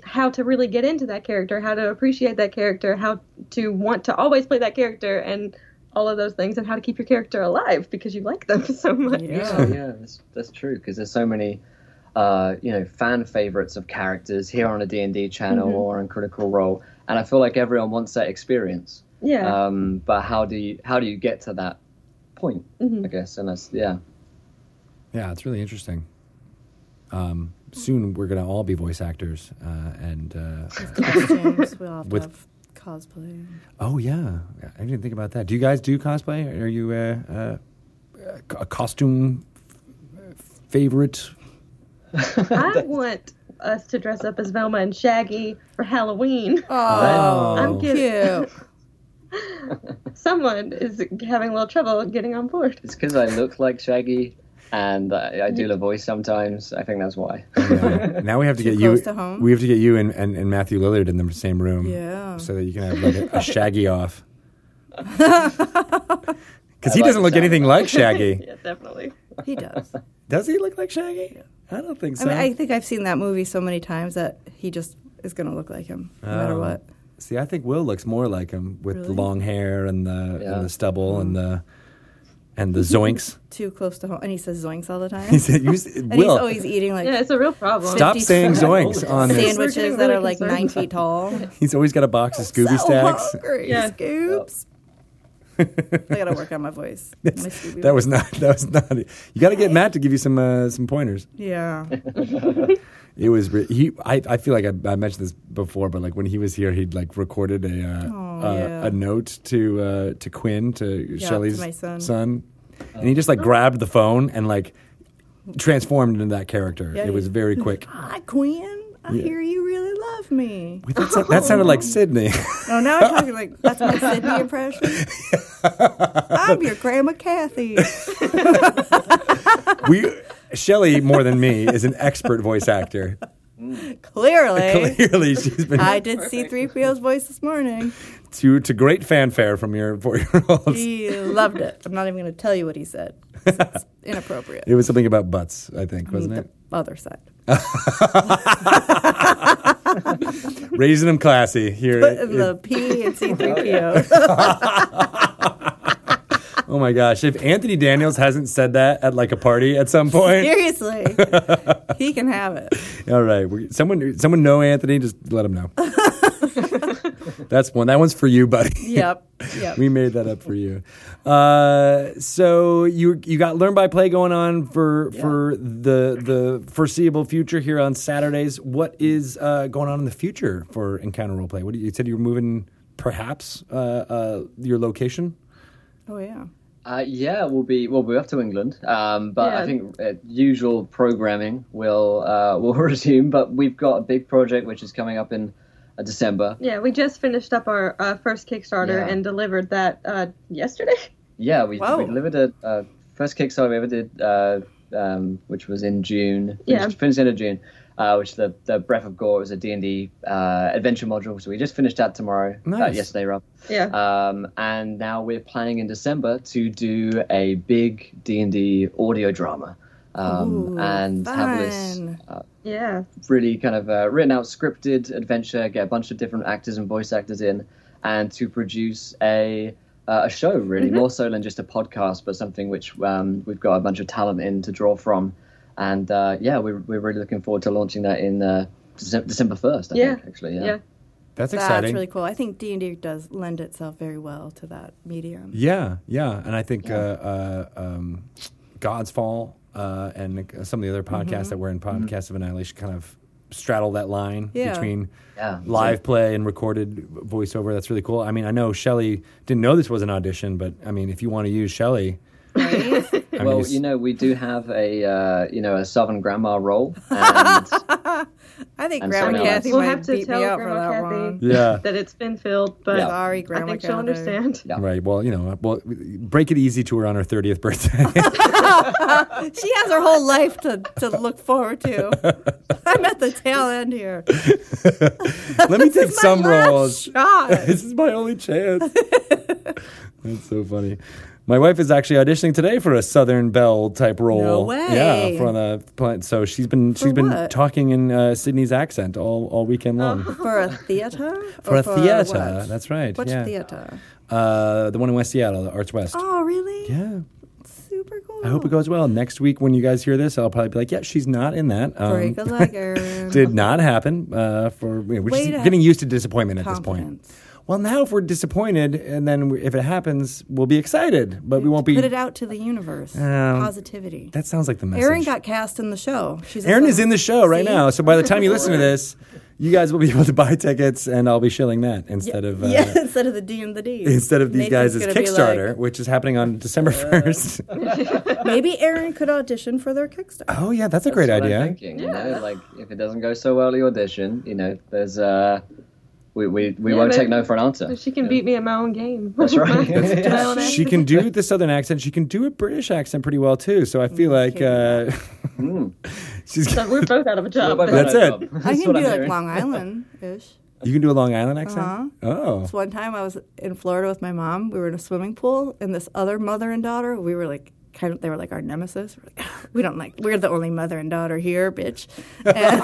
Speaker 5: how to really get into that character, how to appreciate that character, how to want to always play that character, and all of those things, and how to keep your character alive because you like them so much.
Speaker 4: Yeah, yeah, that's, that's true because there's so many, uh, you know, fan favorites of characters here on a D and D channel
Speaker 5: Mm-hmm.
Speaker 4: or on Critical Role, and I feel like everyone wants that experience.
Speaker 5: Yeah.
Speaker 4: Um, but how do you how do you get to that point?
Speaker 5: Mm-hmm.
Speaker 4: I guess, and that's yeah.
Speaker 1: Yeah, it's really interesting. Um, soon we're gonna all be voice actors, uh, and uh,
Speaker 2: Costumes, we all have to
Speaker 1: With-
Speaker 2: have cosplay.
Speaker 1: Oh yeah, I didn't think about that. Do you guys do cosplay? Are you uh, uh, a- a costume f- favorite?
Speaker 5: I want us to dress up as Velma and Shaggy for Halloween.
Speaker 2: Oh,
Speaker 5: I'm kidding.
Speaker 2: cute.
Speaker 5: Someone is having a little trouble getting on board.
Speaker 4: It's because I look like Shaggy and I, I do the voice sometimes. I think that's why.
Speaker 1: Yeah. Now we have to get you.
Speaker 2: close to home?
Speaker 1: We have to get you and, and, and Matthew Lillard in the same room.
Speaker 2: Yeah.
Speaker 1: So that you can have like a, a Shaggy off. Because he
Speaker 4: like
Speaker 1: doesn't
Speaker 4: the
Speaker 1: look
Speaker 4: sound of
Speaker 1: anything like Shaggy.
Speaker 5: Yeah, definitely.
Speaker 2: He does.
Speaker 1: Does he look like Shaggy? I don't think
Speaker 2: I
Speaker 1: so.
Speaker 2: mean, I think I've seen that movie so many times that he just is going to look like him no matter
Speaker 1: Oh.
Speaker 2: what.
Speaker 1: See, I think Will looks more like him with the
Speaker 2: Really? Mm.
Speaker 1: long hair and the
Speaker 4: Yeah.
Speaker 1: and the stubble and the and the zoinks.
Speaker 2: Too close to home, and he says zoinks all the time.
Speaker 1: He said, "You s-
Speaker 2: and he's
Speaker 1: Will,
Speaker 2: always eating like
Speaker 5: Yeah, it's a real problem.
Speaker 1: Stop
Speaker 2: 50
Speaker 1: saying zoinks on this.
Speaker 5: We're getting
Speaker 2: sandwiches that
Speaker 5: really
Speaker 2: are like
Speaker 5: concerned.
Speaker 2: nine feet tall.
Speaker 1: He's always got a box of Scooby
Speaker 2: so
Speaker 1: Stacks.
Speaker 2: Hungry.
Speaker 5: Yeah.
Speaker 2: Scoops. I gotta work on my voice. My Scooby
Speaker 1: That was not. That was not. it. You got to get Matt to give you some uh, some pointers.
Speaker 2: yeah.
Speaker 1: It was. Re- he. I. I feel like I, I mentioned this before, but like when he was here, he'd like recorded a uh,
Speaker 2: Oh,
Speaker 1: uh,
Speaker 2: yeah.
Speaker 1: a note to uh, to Quinn to
Speaker 2: to
Speaker 1: Shelley's
Speaker 2: my son.
Speaker 1: and he just like grabbed the phone and like transformed into that character.
Speaker 2: Yeah,
Speaker 1: it
Speaker 2: he-
Speaker 1: was very quick.
Speaker 2: Hi, Ah, Quinn. I hear you really love me.
Speaker 1: That sa- that sounded like Sydney.
Speaker 2: Oh, now I'm talking like that's my Sydney impression. I'm your grandma Kathy.
Speaker 1: we. Shelley, more than me, is an expert voice actor.
Speaker 2: Clearly,
Speaker 1: Clearly, she's been
Speaker 2: I did see 3PO's voice this morning.
Speaker 1: to to great fanfare from your four year olds.
Speaker 2: He loved it. I'm not even going to tell you what he said. It's inappropriate.
Speaker 1: It was something about butts, I think, wasn't
Speaker 2: The
Speaker 1: it?
Speaker 2: other side.
Speaker 1: Raising them classy here.
Speaker 2: The P and C3PO.
Speaker 1: Oh Oh my gosh! If Anthony Daniels hasn't said that at like a party at some point,
Speaker 2: Seriously, he can have it.
Speaker 1: all right. we- Someone, someone know Anthony? Just let him know. That's one. That one's for you, buddy.
Speaker 2: Yep, yep.
Speaker 1: we made that up for you. Uh, so you you got learn by play going on for for the the foreseeable future here on Saturdays. What is uh, going on in the future for Encounter Roleplay? What do you, you said you were moving, perhaps uh, uh, your location.
Speaker 2: oh yeah.
Speaker 4: Uh, yeah, we'll be well. We're off to England, um, but I
Speaker 5: Yeah.
Speaker 4: think uh, usual programming will uh, will resume. But we've got a big project which is coming up in uh, December.
Speaker 5: Yeah, we just finished up our uh, first Kickstarter
Speaker 4: Yeah.
Speaker 5: and delivered that uh, yesterday.
Speaker 4: Yeah, we,
Speaker 2: Wow.
Speaker 4: we delivered a uh, first Kickstarter we ever did, uh, um, which was in June.
Speaker 5: Yeah.
Speaker 4: finished, finished end of June. Uh, which the the Breath of Gore was a D and D uh, adventure module, so we just finished that tomorrow. Uh,
Speaker 1: Nice.
Speaker 4: yesterday, rather.
Speaker 5: Yeah.
Speaker 4: Um, and now we're planning in December to do a big D and D audio drama, um,
Speaker 2: Ooh,
Speaker 4: and have this
Speaker 2: fun.
Speaker 4: uh,
Speaker 5: yeah.
Speaker 4: really kind of uh, written out scripted adventure, get a bunch of different actors and voice actors in, and to produce a uh, a show really
Speaker 5: Mm-hmm.
Speaker 4: more so than just a podcast, but something which um, we've got a bunch of talent in to draw from, and uh, yeah, we're we're really looking forward to launching that in uh, Dece- December first. I
Speaker 5: Yeah.
Speaker 4: think, actually,
Speaker 5: Yeah.
Speaker 1: That's
Speaker 2: That's
Speaker 1: exciting.
Speaker 2: really cool. I think D and D does lend itself very well to that medium.
Speaker 1: Yeah, yeah, and I think Uh, uh, um, God's Fall uh, and uh, some of the other
Speaker 2: Mm-hmm.
Speaker 1: podcasts that were in Podcast of Annihilation kind of straddle that line
Speaker 2: Yeah.
Speaker 1: between
Speaker 4: Yeah.
Speaker 1: live play and recorded voiceover. That's really cool. I mean, I know Shelley didn't know this was an audition, but I mean, if you want to use Shelley, I mean,
Speaker 4: well,
Speaker 1: it's-
Speaker 4: you know, we do have a uh, you know a southern grandma role, and
Speaker 2: I think
Speaker 4: And
Speaker 2: Grandma
Speaker 4: someone else.
Speaker 2: Kathy
Speaker 5: We'll
Speaker 2: might
Speaker 5: have to
Speaker 2: beat
Speaker 5: tell
Speaker 2: me up for
Speaker 5: Grandma
Speaker 2: that
Speaker 5: Kathy.
Speaker 2: one.
Speaker 1: yeah.
Speaker 5: That it's been filled, but
Speaker 4: Yeah.
Speaker 2: Sorry,
Speaker 5: I
Speaker 2: Grandma
Speaker 5: think she'll
Speaker 2: Calendar.
Speaker 5: understand.
Speaker 4: Yeah.
Speaker 1: Right. Well, you know, well, break it easy to her on her 30th birthday.
Speaker 2: She has her whole life to, to look forward to. I'm at the tail end here.
Speaker 1: Let me take
Speaker 2: This is my
Speaker 1: some
Speaker 2: last
Speaker 1: roles.
Speaker 2: shot.
Speaker 1: this is my only chance. That's so funny. My wife is actually auditioning today for a Southern Belle type role.
Speaker 2: way.
Speaker 1: Yeah, for the plant. So she's been she's been
Speaker 2: what? Oh.
Speaker 1: talking in uh, Sydney's accent all, all weekend long.
Speaker 2: For a theater?
Speaker 1: For
Speaker 2: Or
Speaker 1: a theater,
Speaker 2: what?
Speaker 1: that's right,
Speaker 2: Which
Speaker 1: yeah.
Speaker 2: theater?
Speaker 1: Uh, the one in West Seattle, the Arts West.
Speaker 2: Oh, really?
Speaker 1: Yeah,
Speaker 2: Super cool.
Speaker 1: I hope it goes well. Next week when you guys hear this, I'll probably be like, "Yeah, she's not in that." Um,
Speaker 2: Break a legger.
Speaker 1: did not happen. Uh, for you know, we're
Speaker 2: Way
Speaker 1: just
Speaker 2: to
Speaker 1: getting
Speaker 2: have
Speaker 1: used to disappointment at this point.
Speaker 2: confidence.
Speaker 1: Well, now if we're disappointed, and then we, if it happens, we'll be excited, but we won't be.
Speaker 2: Put it out to the universe.
Speaker 1: Um,
Speaker 2: Positivity.
Speaker 1: That sounds like the message.
Speaker 2: Erin got cast in the show. She's a
Speaker 1: Aaron is
Speaker 2: film-
Speaker 1: in the show right
Speaker 2: See?
Speaker 1: now, so by the time you listen to this, you guys will be able to buy tickets, and I'll be shilling that instead of uh,
Speaker 2: yeah, instead of the D and the D.
Speaker 1: instead of these
Speaker 2: Nathan's
Speaker 1: guys'
Speaker 2: gonna be
Speaker 1: Kickstarter,
Speaker 2: like,
Speaker 1: which is happening on December first.
Speaker 2: Maybe Aaron could audition for their Kickstarter.
Speaker 1: oh yeah, that's a great
Speaker 4: That's what I'm
Speaker 1: idea.
Speaker 4: thinking, you know, like if it doesn't go so well the audition, you know, there's uh, we we, we
Speaker 5: Yeah,
Speaker 4: won't
Speaker 5: but-
Speaker 4: take no for an answer.
Speaker 5: But she can beat me at my own game.
Speaker 4: That's right. That's-
Speaker 5: My own
Speaker 1: She
Speaker 5: accent.
Speaker 1: can do the southern accent. She can do a British accent pretty well too. So I
Speaker 2: Mm,
Speaker 1: feel like uh, she's.
Speaker 5: So we're both out of a job.
Speaker 4: We're both
Speaker 1: Oh, That's
Speaker 4: out of
Speaker 1: it.
Speaker 4: job.
Speaker 2: I
Speaker 4: That's
Speaker 2: can
Speaker 4: what
Speaker 2: do
Speaker 4: I'm
Speaker 2: like
Speaker 4: hearing.
Speaker 2: Long Island ish.
Speaker 1: You can do a Long Island accent.
Speaker 2: Uh-huh.
Speaker 1: Oh,
Speaker 2: One time I was in Florida with my mom. We were in a swimming pool, and this other mother and daughter, we were like, kind of, they were like our nemesis. We're like, we don't like, we're the only mother and daughter here, bitch. And,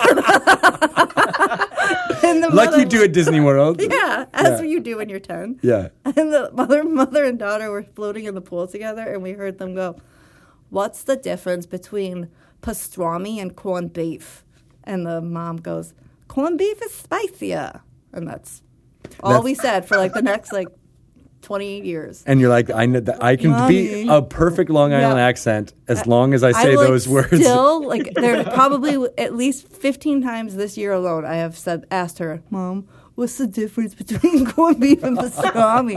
Speaker 2: and the
Speaker 1: like
Speaker 2: mother-
Speaker 1: you do at Disney World.
Speaker 2: Yeah, as you do when you're 10.
Speaker 1: Yeah.
Speaker 2: And the mother, mother and daughter were floating in the pool together, and we heard them go, What's the difference between pastrami and corned beef? And the mom goes, Corned beef is spicier. And that's all we said for like the next like 20 years.
Speaker 1: And you're like, I know that I can be
Speaker 2: Mommy.
Speaker 1: a perfect Long Island
Speaker 2: Yeah.
Speaker 1: accent as long as I say
Speaker 2: I, like,
Speaker 1: those words.
Speaker 2: Still, like there's probably w- at least 15 times this year alone, I have said asked her, Mom, what's the difference between corned beef and pastrami?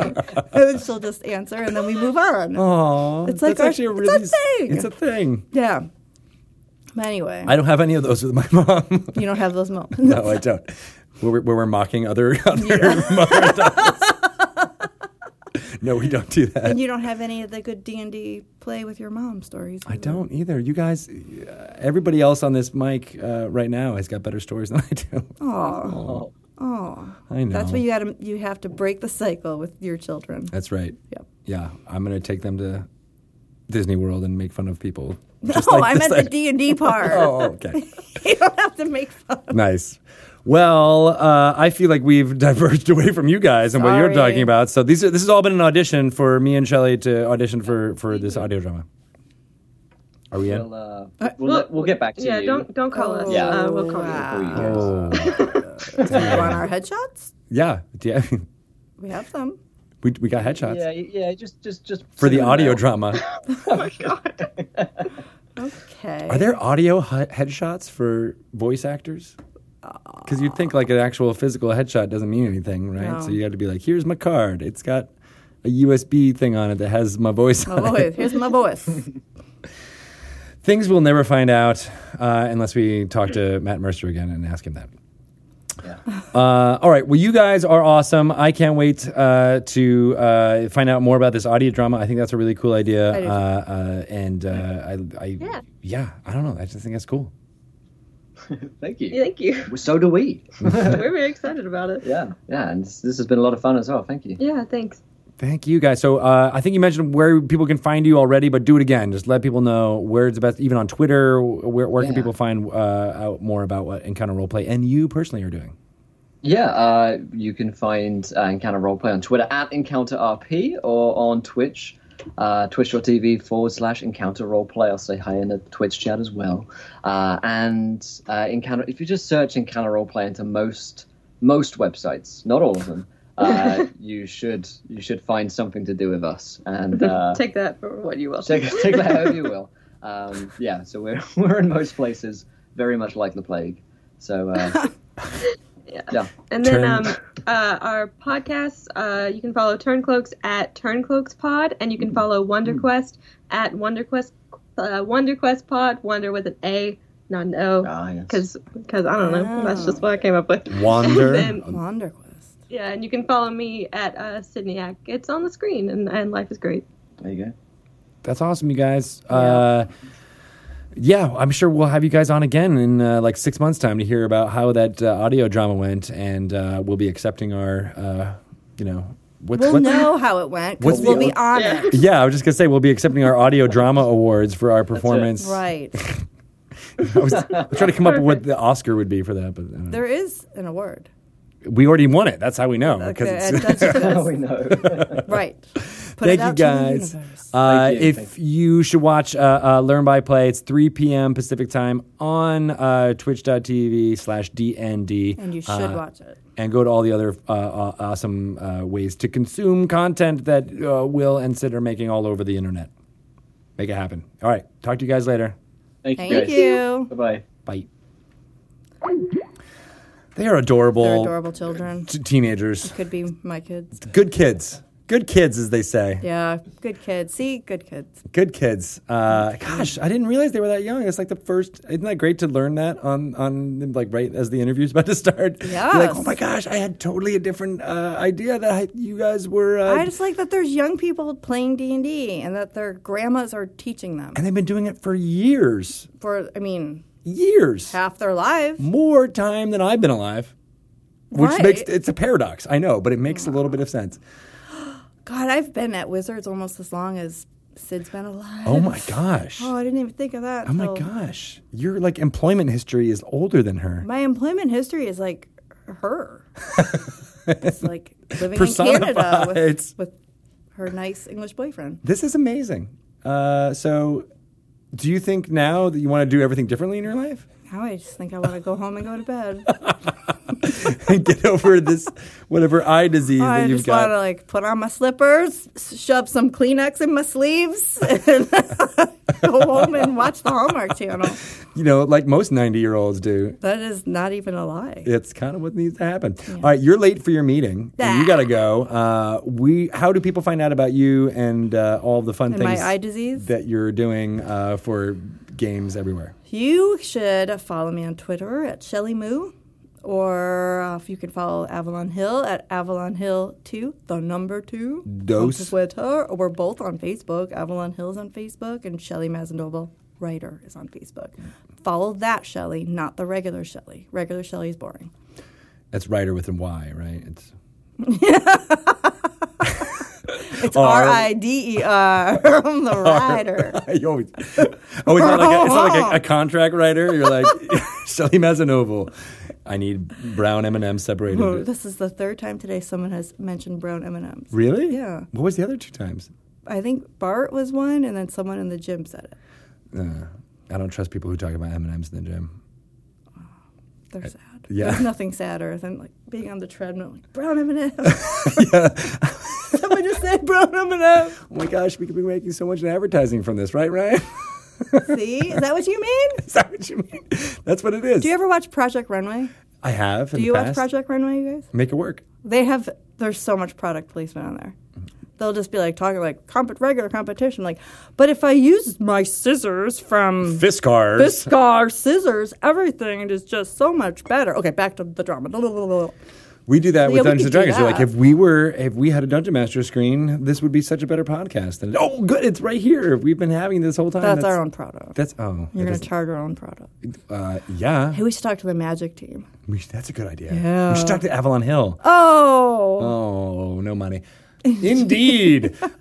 Speaker 2: and she'll just answer, and then we move on.
Speaker 1: Oh, Aw,
Speaker 2: It's like
Speaker 1: that's
Speaker 2: our-
Speaker 1: actually a
Speaker 2: it's
Speaker 1: really
Speaker 2: a thing.
Speaker 1: It's a thing.
Speaker 2: Yeah. But anyway,
Speaker 1: I don't have any of those with my mom.
Speaker 2: you don't have those moments.
Speaker 1: no, I don't. Where, we- where we're mocking other, other mother and daughters. no, we don't do that.
Speaker 2: and you don't have any of the good D and D play with your mom stories.
Speaker 1: I don't either. You guys, uh, everybody else on this mic uh, right now has got better stories than I do.
Speaker 2: Oh, oh,
Speaker 1: I know.
Speaker 2: that's why you got to you have to break the cycle with your children.
Speaker 1: That's right.
Speaker 2: Yep.
Speaker 1: Yeah, I'm gonna take them to Disney World and make fun of people.
Speaker 2: No, I'm at the D and D part.
Speaker 1: Oh, okay.
Speaker 2: You don't have to make fun.
Speaker 1: nice. Well, uh, I feel like we've diverged away from you guys and what you're
Speaker 2: Sorry.
Speaker 1: talking about. So these are, this has all been an audition for me and Shelley to audition for, for this audio drama. Are we in?
Speaker 4: We'll, uh, we'll, we'll get back to
Speaker 5: yeah,
Speaker 4: you.
Speaker 5: don't don't call us.
Speaker 4: Yeah.
Speaker 5: Uh, we'll call
Speaker 4: Before you
Speaker 2: Oh, Wow.
Speaker 4: guys.
Speaker 2: Do you want our headshots?
Speaker 1: Yeah, yeah.
Speaker 2: We have them.
Speaker 1: We, we got headshots
Speaker 4: Yeah, y- yeah, just just just
Speaker 1: for the
Speaker 4: send them
Speaker 1: audio
Speaker 4: out.
Speaker 1: drama.
Speaker 2: Okay.
Speaker 1: Are there audio he- headshots for voice actors? Because you'd think like an actual physical headshot doesn't mean anything, right?
Speaker 2: No.
Speaker 1: So you got to be like, here's my card. It's got a USB thing on it that has my voice
Speaker 2: my
Speaker 1: on it.
Speaker 2: voice. Here's my voice.
Speaker 1: Things we'll never find out uh, unless we talk to Matt Mercer again and ask him that.
Speaker 4: Yeah.
Speaker 1: Uh, all right. Well, you guys are awesome. I can't wait uh, to uh, find out more about this audio drama. I think that's a really cool idea.
Speaker 2: I do too.
Speaker 1: Uh, uh, and uh, I, I, yeah. I don't know. I just think that's cool.
Speaker 4: Thank you.
Speaker 5: Thank you.
Speaker 4: Well, So do we.
Speaker 5: We're very excited about it.
Speaker 4: yeah, yeah, and this, this has been a lot of fun as well. Thank you.
Speaker 5: Yeah, thanks.
Speaker 1: Thank you guys. So uh, I think you mentioned where people can find you already, but do it again. Just let people know where it's best, even on Twitter. Where, where can
Speaker 4: Yeah.
Speaker 1: people find uh, out more about what Encounter Roleplay and you personally are doing?
Speaker 4: Yeah, uh, you can find uh, Encounter Roleplay on Twitter at Encounter RP or on Twitch, uh, twitch.tv forward slash Encounter Roleplay. I'll say hi in the Twitch chat as well. Uh, and uh, Encounter, if you just search Encounter Roleplay into most most websites, not all of them, uh, you should you should find something to do with us. And uh,
Speaker 5: Take that for what you will.
Speaker 4: take, take that however you will. Um, yeah, so we're we're in most places, very much like the plague. So uh, yeah.
Speaker 5: And then
Speaker 1: Turn-
Speaker 5: um, uh, our podcasts, uh, you can follow Turncloaks at Turncloaks Pod, and you can follow WonderQuest at WonderQuest uh, WonderQuest Pod. Wonder with an A, not an
Speaker 4: Ah,
Speaker 5: O,
Speaker 4: yes. Ah.
Speaker 5: because I don't know. That's just what I came up with.
Speaker 1: Wander.
Speaker 5: And then,
Speaker 2: Wanderquist.
Speaker 5: yeah, and you can follow me at uh, Sydneyak. It's on the screen, and, and life is great.
Speaker 4: There you go.
Speaker 1: That's awesome, you guys. Uh, yeah, I'm sure we'll have you guys on again in uh, like six months' time to hear about how that uh, audio drama went, and uh, we'll be accepting our, uh, you know, what's
Speaker 2: We'll
Speaker 1: what's-
Speaker 2: know how it went because
Speaker 1: What's
Speaker 2: we'll
Speaker 1: the-
Speaker 2: be on it.
Speaker 1: Yeah, I was just gonna say we'll be accepting our audio drama awards for our performance.
Speaker 2: Right.
Speaker 1: I was, I was trying to come up with what the Oscar would be for that, but I don't know.
Speaker 2: There is an award.
Speaker 1: we already won it. That's how we know. because
Speaker 2: Okay,
Speaker 1: it's-
Speaker 2: and that's
Speaker 4: Now we
Speaker 2: just-
Speaker 4: know.
Speaker 2: right. Put
Speaker 1: Thank
Speaker 2: it out
Speaker 1: you
Speaker 2: to the
Speaker 1: guys.
Speaker 2: universe.
Speaker 1: Uh,
Speaker 4: Thank you,
Speaker 1: if
Speaker 4: thank
Speaker 1: you should watch uh, uh, Learn by Play, it's 3 p.m. Pacific time on uh, twitch.tv slash DND.
Speaker 2: and you should
Speaker 1: Uh,
Speaker 2: watch it.
Speaker 1: And go to all the other uh, aw- awesome uh, ways to consume content that uh, Will and Sid are making all over the internet. Make it happen. All right. Talk to you guys later.
Speaker 4: Thank you.
Speaker 2: Thank you.
Speaker 4: Bye bye.
Speaker 1: Bye. They are adorable,
Speaker 2: They're adorable children.
Speaker 1: t- teenagers.
Speaker 2: Could be my kids.
Speaker 1: Good kids. Good kids, as they say.
Speaker 2: Yeah, good kids. See, good kids.
Speaker 1: Good kids. Uh, gosh, I didn't realize they were that young. It's like the first. Isn't that great to learn that on on like right as the interview's about to start? Yeah. Like,
Speaker 2: Yes.
Speaker 1: oh my gosh, I had totally a different uh, idea that I, you guys were. Uh,
Speaker 2: I just like that there's young people playing D and D, and that their grandmas are teaching them
Speaker 1: and they've been doing it for years,
Speaker 2: for. I mean,
Speaker 1: years,
Speaker 2: half their life.
Speaker 1: more time than I've been alive. Which
Speaker 2: Right.
Speaker 1: makes it's a paradox, I know, but it makes a little bit of sense.
Speaker 2: God, I've been at Wizards almost as long as Sid's been alive.
Speaker 1: Oh my gosh.
Speaker 2: Oh, I didn't even think of that.
Speaker 1: Oh my
Speaker 2: till-
Speaker 1: gosh. Your like employment history is older than her.
Speaker 2: My employment history is like her. it's like living in Canada
Speaker 1: Personified.
Speaker 2: with, with her nice English boyfriend.
Speaker 1: This is amazing. Uh, so do you think now that you want to do everything differently in your life?
Speaker 2: Now I just think I want to go home and go to bed.
Speaker 1: and get over this whatever eye disease
Speaker 2: I
Speaker 1: that you've
Speaker 2: just want to
Speaker 1: got.
Speaker 2: like put on my slippers, s- shove some Kleenex in my sleeves, and go home and watch the Hallmark Channel.
Speaker 1: You know, like most 90 year olds do.
Speaker 2: That is not even a lie.
Speaker 1: It's kind of what needs to happen. All right, you're late for your meeting. and you got to go. Uh, we, how do people find out about you and uh, all the fun
Speaker 2: And
Speaker 1: things
Speaker 2: my eye disease.
Speaker 1: that you're doing uh, for games everywhere?
Speaker 2: You should follow me on Twitter at Shelly Moo, or uh, if you can follow Avalon Hill at Avalon Hill 2, the number 2.
Speaker 1: Dos.
Speaker 2: On Twitter, or we're both on Facebook. Avalon Hill's on Facebook, and Shelly Mazendoble, writer, is on Facebook. Follow that Shelly, not the regular Shelly. Regular Shelly is boring.
Speaker 1: That's writer with a Y, right? It's
Speaker 2: It's
Speaker 1: R-
Speaker 2: R I D E R. I'm the rider.
Speaker 1: You always, oh, it's not like, a, it's not like a, a contract writer. You're like Shelley Mazanoval, I need brown M and M separated.
Speaker 2: Whoa, Oh, this is the third time today someone has mentioned brown M and M's.
Speaker 1: Really?
Speaker 2: Yeah.
Speaker 1: What was the other two times?
Speaker 2: I think Bart was one, and then someone in the gym said it.
Speaker 1: Uh, I don't trust people who talk about M and M's in the gym.
Speaker 2: They're sad.
Speaker 1: yeah.
Speaker 2: There's nothing sadder than like being on the treadmill, like brown M and M's.
Speaker 1: yeah.
Speaker 2: Someone just said brown M and
Speaker 1: Oh my gosh, we could be making so much in advertising from this, right, Ryan?
Speaker 2: M's. See, is that what you mean?
Speaker 1: is that what you mean? That's what it is.
Speaker 2: Do you ever watch Project Runway?
Speaker 1: I have.
Speaker 2: Do you watch Project Runway, you guys?
Speaker 1: Make it work.
Speaker 2: They have. There's so much product placement on there. They'll just be like talking like comp- regular competition, like, but if I use my scissors from
Speaker 1: Fiskars.
Speaker 2: Biscar scissors, everything is just so much better. Okay, back to the drama.
Speaker 1: We do that
Speaker 2: Yeah,
Speaker 1: with
Speaker 2: we
Speaker 1: Dungeons and
Speaker 2: could do
Speaker 1: Dragons. We're like,
Speaker 2: that.
Speaker 1: if we were, if we had a Dungeon Master screen, this would be such a better podcast. And oh, good, it's right here. We've been having this whole time.
Speaker 2: That's, our own product.
Speaker 1: That's oh,
Speaker 2: You're
Speaker 1: that
Speaker 2: going to charge our own product.
Speaker 1: doesn't- uh, yeah.
Speaker 2: Hey, we should talk to the magic team.
Speaker 1: We should- that's a good idea.
Speaker 2: Yeah.
Speaker 1: We should talk to Avalon Hill.
Speaker 2: Oh,
Speaker 1: Oh, no money. Indeed. uh,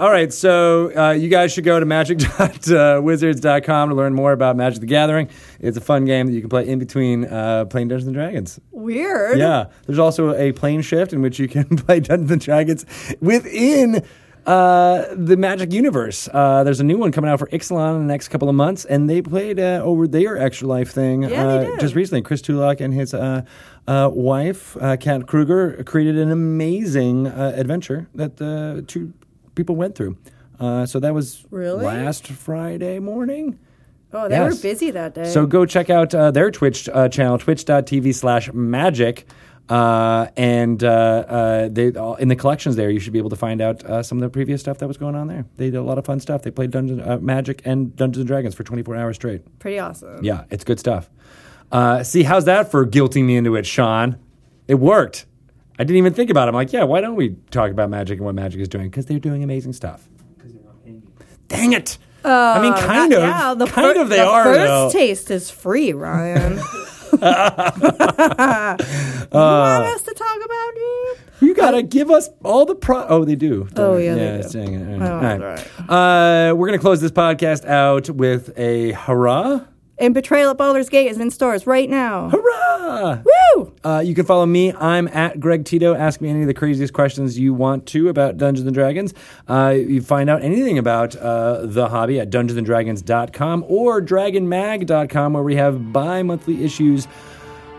Speaker 1: all right. So uh, you guys should go to uh, magic.wizards.com to learn more about Magic the Gathering. It's a fun game that you can play in between uh, playing Dungeons and Dragons.
Speaker 2: weird.
Speaker 1: Yeah. There's also a plane shift in which you can play Dungeons and Dragons within uh, the Magic universe. Uh, there's a new one coming out for Ixalan in the next couple of months, and they played uh, over their Extra Life thing
Speaker 2: Yeah,
Speaker 1: uh,
Speaker 2: they did.
Speaker 1: just recently. Chris Tulak and his uh, uh, wife, uh, Kat Kruger, created an amazing uh, adventure that uh, two people went through. Uh, so that was
Speaker 2: Really?
Speaker 1: last Friday morning.
Speaker 2: Oh, they
Speaker 1: Yes.
Speaker 2: were busy that day.
Speaker 1: So go check out uh, their Twitch uh, channel, twitch.tv slash magic. Uh, and uh, uh, they all, in the collections there, you should be able to find out uh, some of the previous stuff that was going on there. They did a lot of fun stuff. They played Dungeon, uh, Magic and Dungeons and Dragons for 24 hours straight.
Speaker 2: Pretty awesome.
Speaker 1: Yeah, it's good stuff. Uh, see, how's that for guilting me into it, Sean? It worked. I didn't even think about it. I'm like, yeah, why don't we talk about Magic and what Magic is doing? Because they're doing amazing stuff. Dang it! I mean, kind
Speaker 2: Uh,
Speaker 1: of.
Speaker 2: yeah, the
Speaker 1: kind
Speaker 2: fir-
Speaker 1: of they
Speaker 2: the
Speaker 1: are,
Speaker 2: First
Speaker 1: though.
Speaker 2: taste is free, Ryan.
Speaker 1: Uh,
Speaker 2: you want us to talk about it?
Speaker 1: You gotta give us all the pro. Oh, they do.
Speaker 2: Oh, yeah, they do.
Speaker 1: it's saying it.
Speaker 2: Oh,
Speaker 1: All right. Uh, we're gonna close this podcast out with a hurrah!
Speaker 2: And Betrayal at Baldur's Gate is in stores right now.
Speaker 1: Hurrah!
Speaker 2: Woo!
Speaker 1: Uh, you can follow me. I'm at Greg Tito. Ask me any of the craziest questions you want to about Dungeons and Dragons. Uh, you find out anything about uh, the hobby at dungeonsanddragons.com or dragonmag.com, where we have bi monthly issues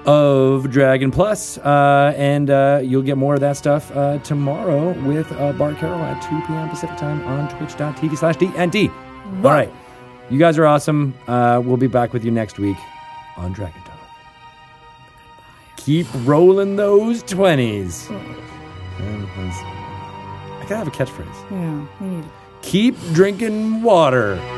Speaker 1: of Dragon Plus. Uh, and uh, you'll get more of that stuff uh, tomorrow with uh, Bart Carroll at 2 p.m. Pacific time on twitch.tv slash DND. All right. You guys are awesome. Uh, we'll be back with you next week on Dragon Talk. Keep rolling those 20s. Mm, that's- I gotta have a catchphrase.
Speaker 2: Yeah, we need it.
Speaker 1: Keep drinking water.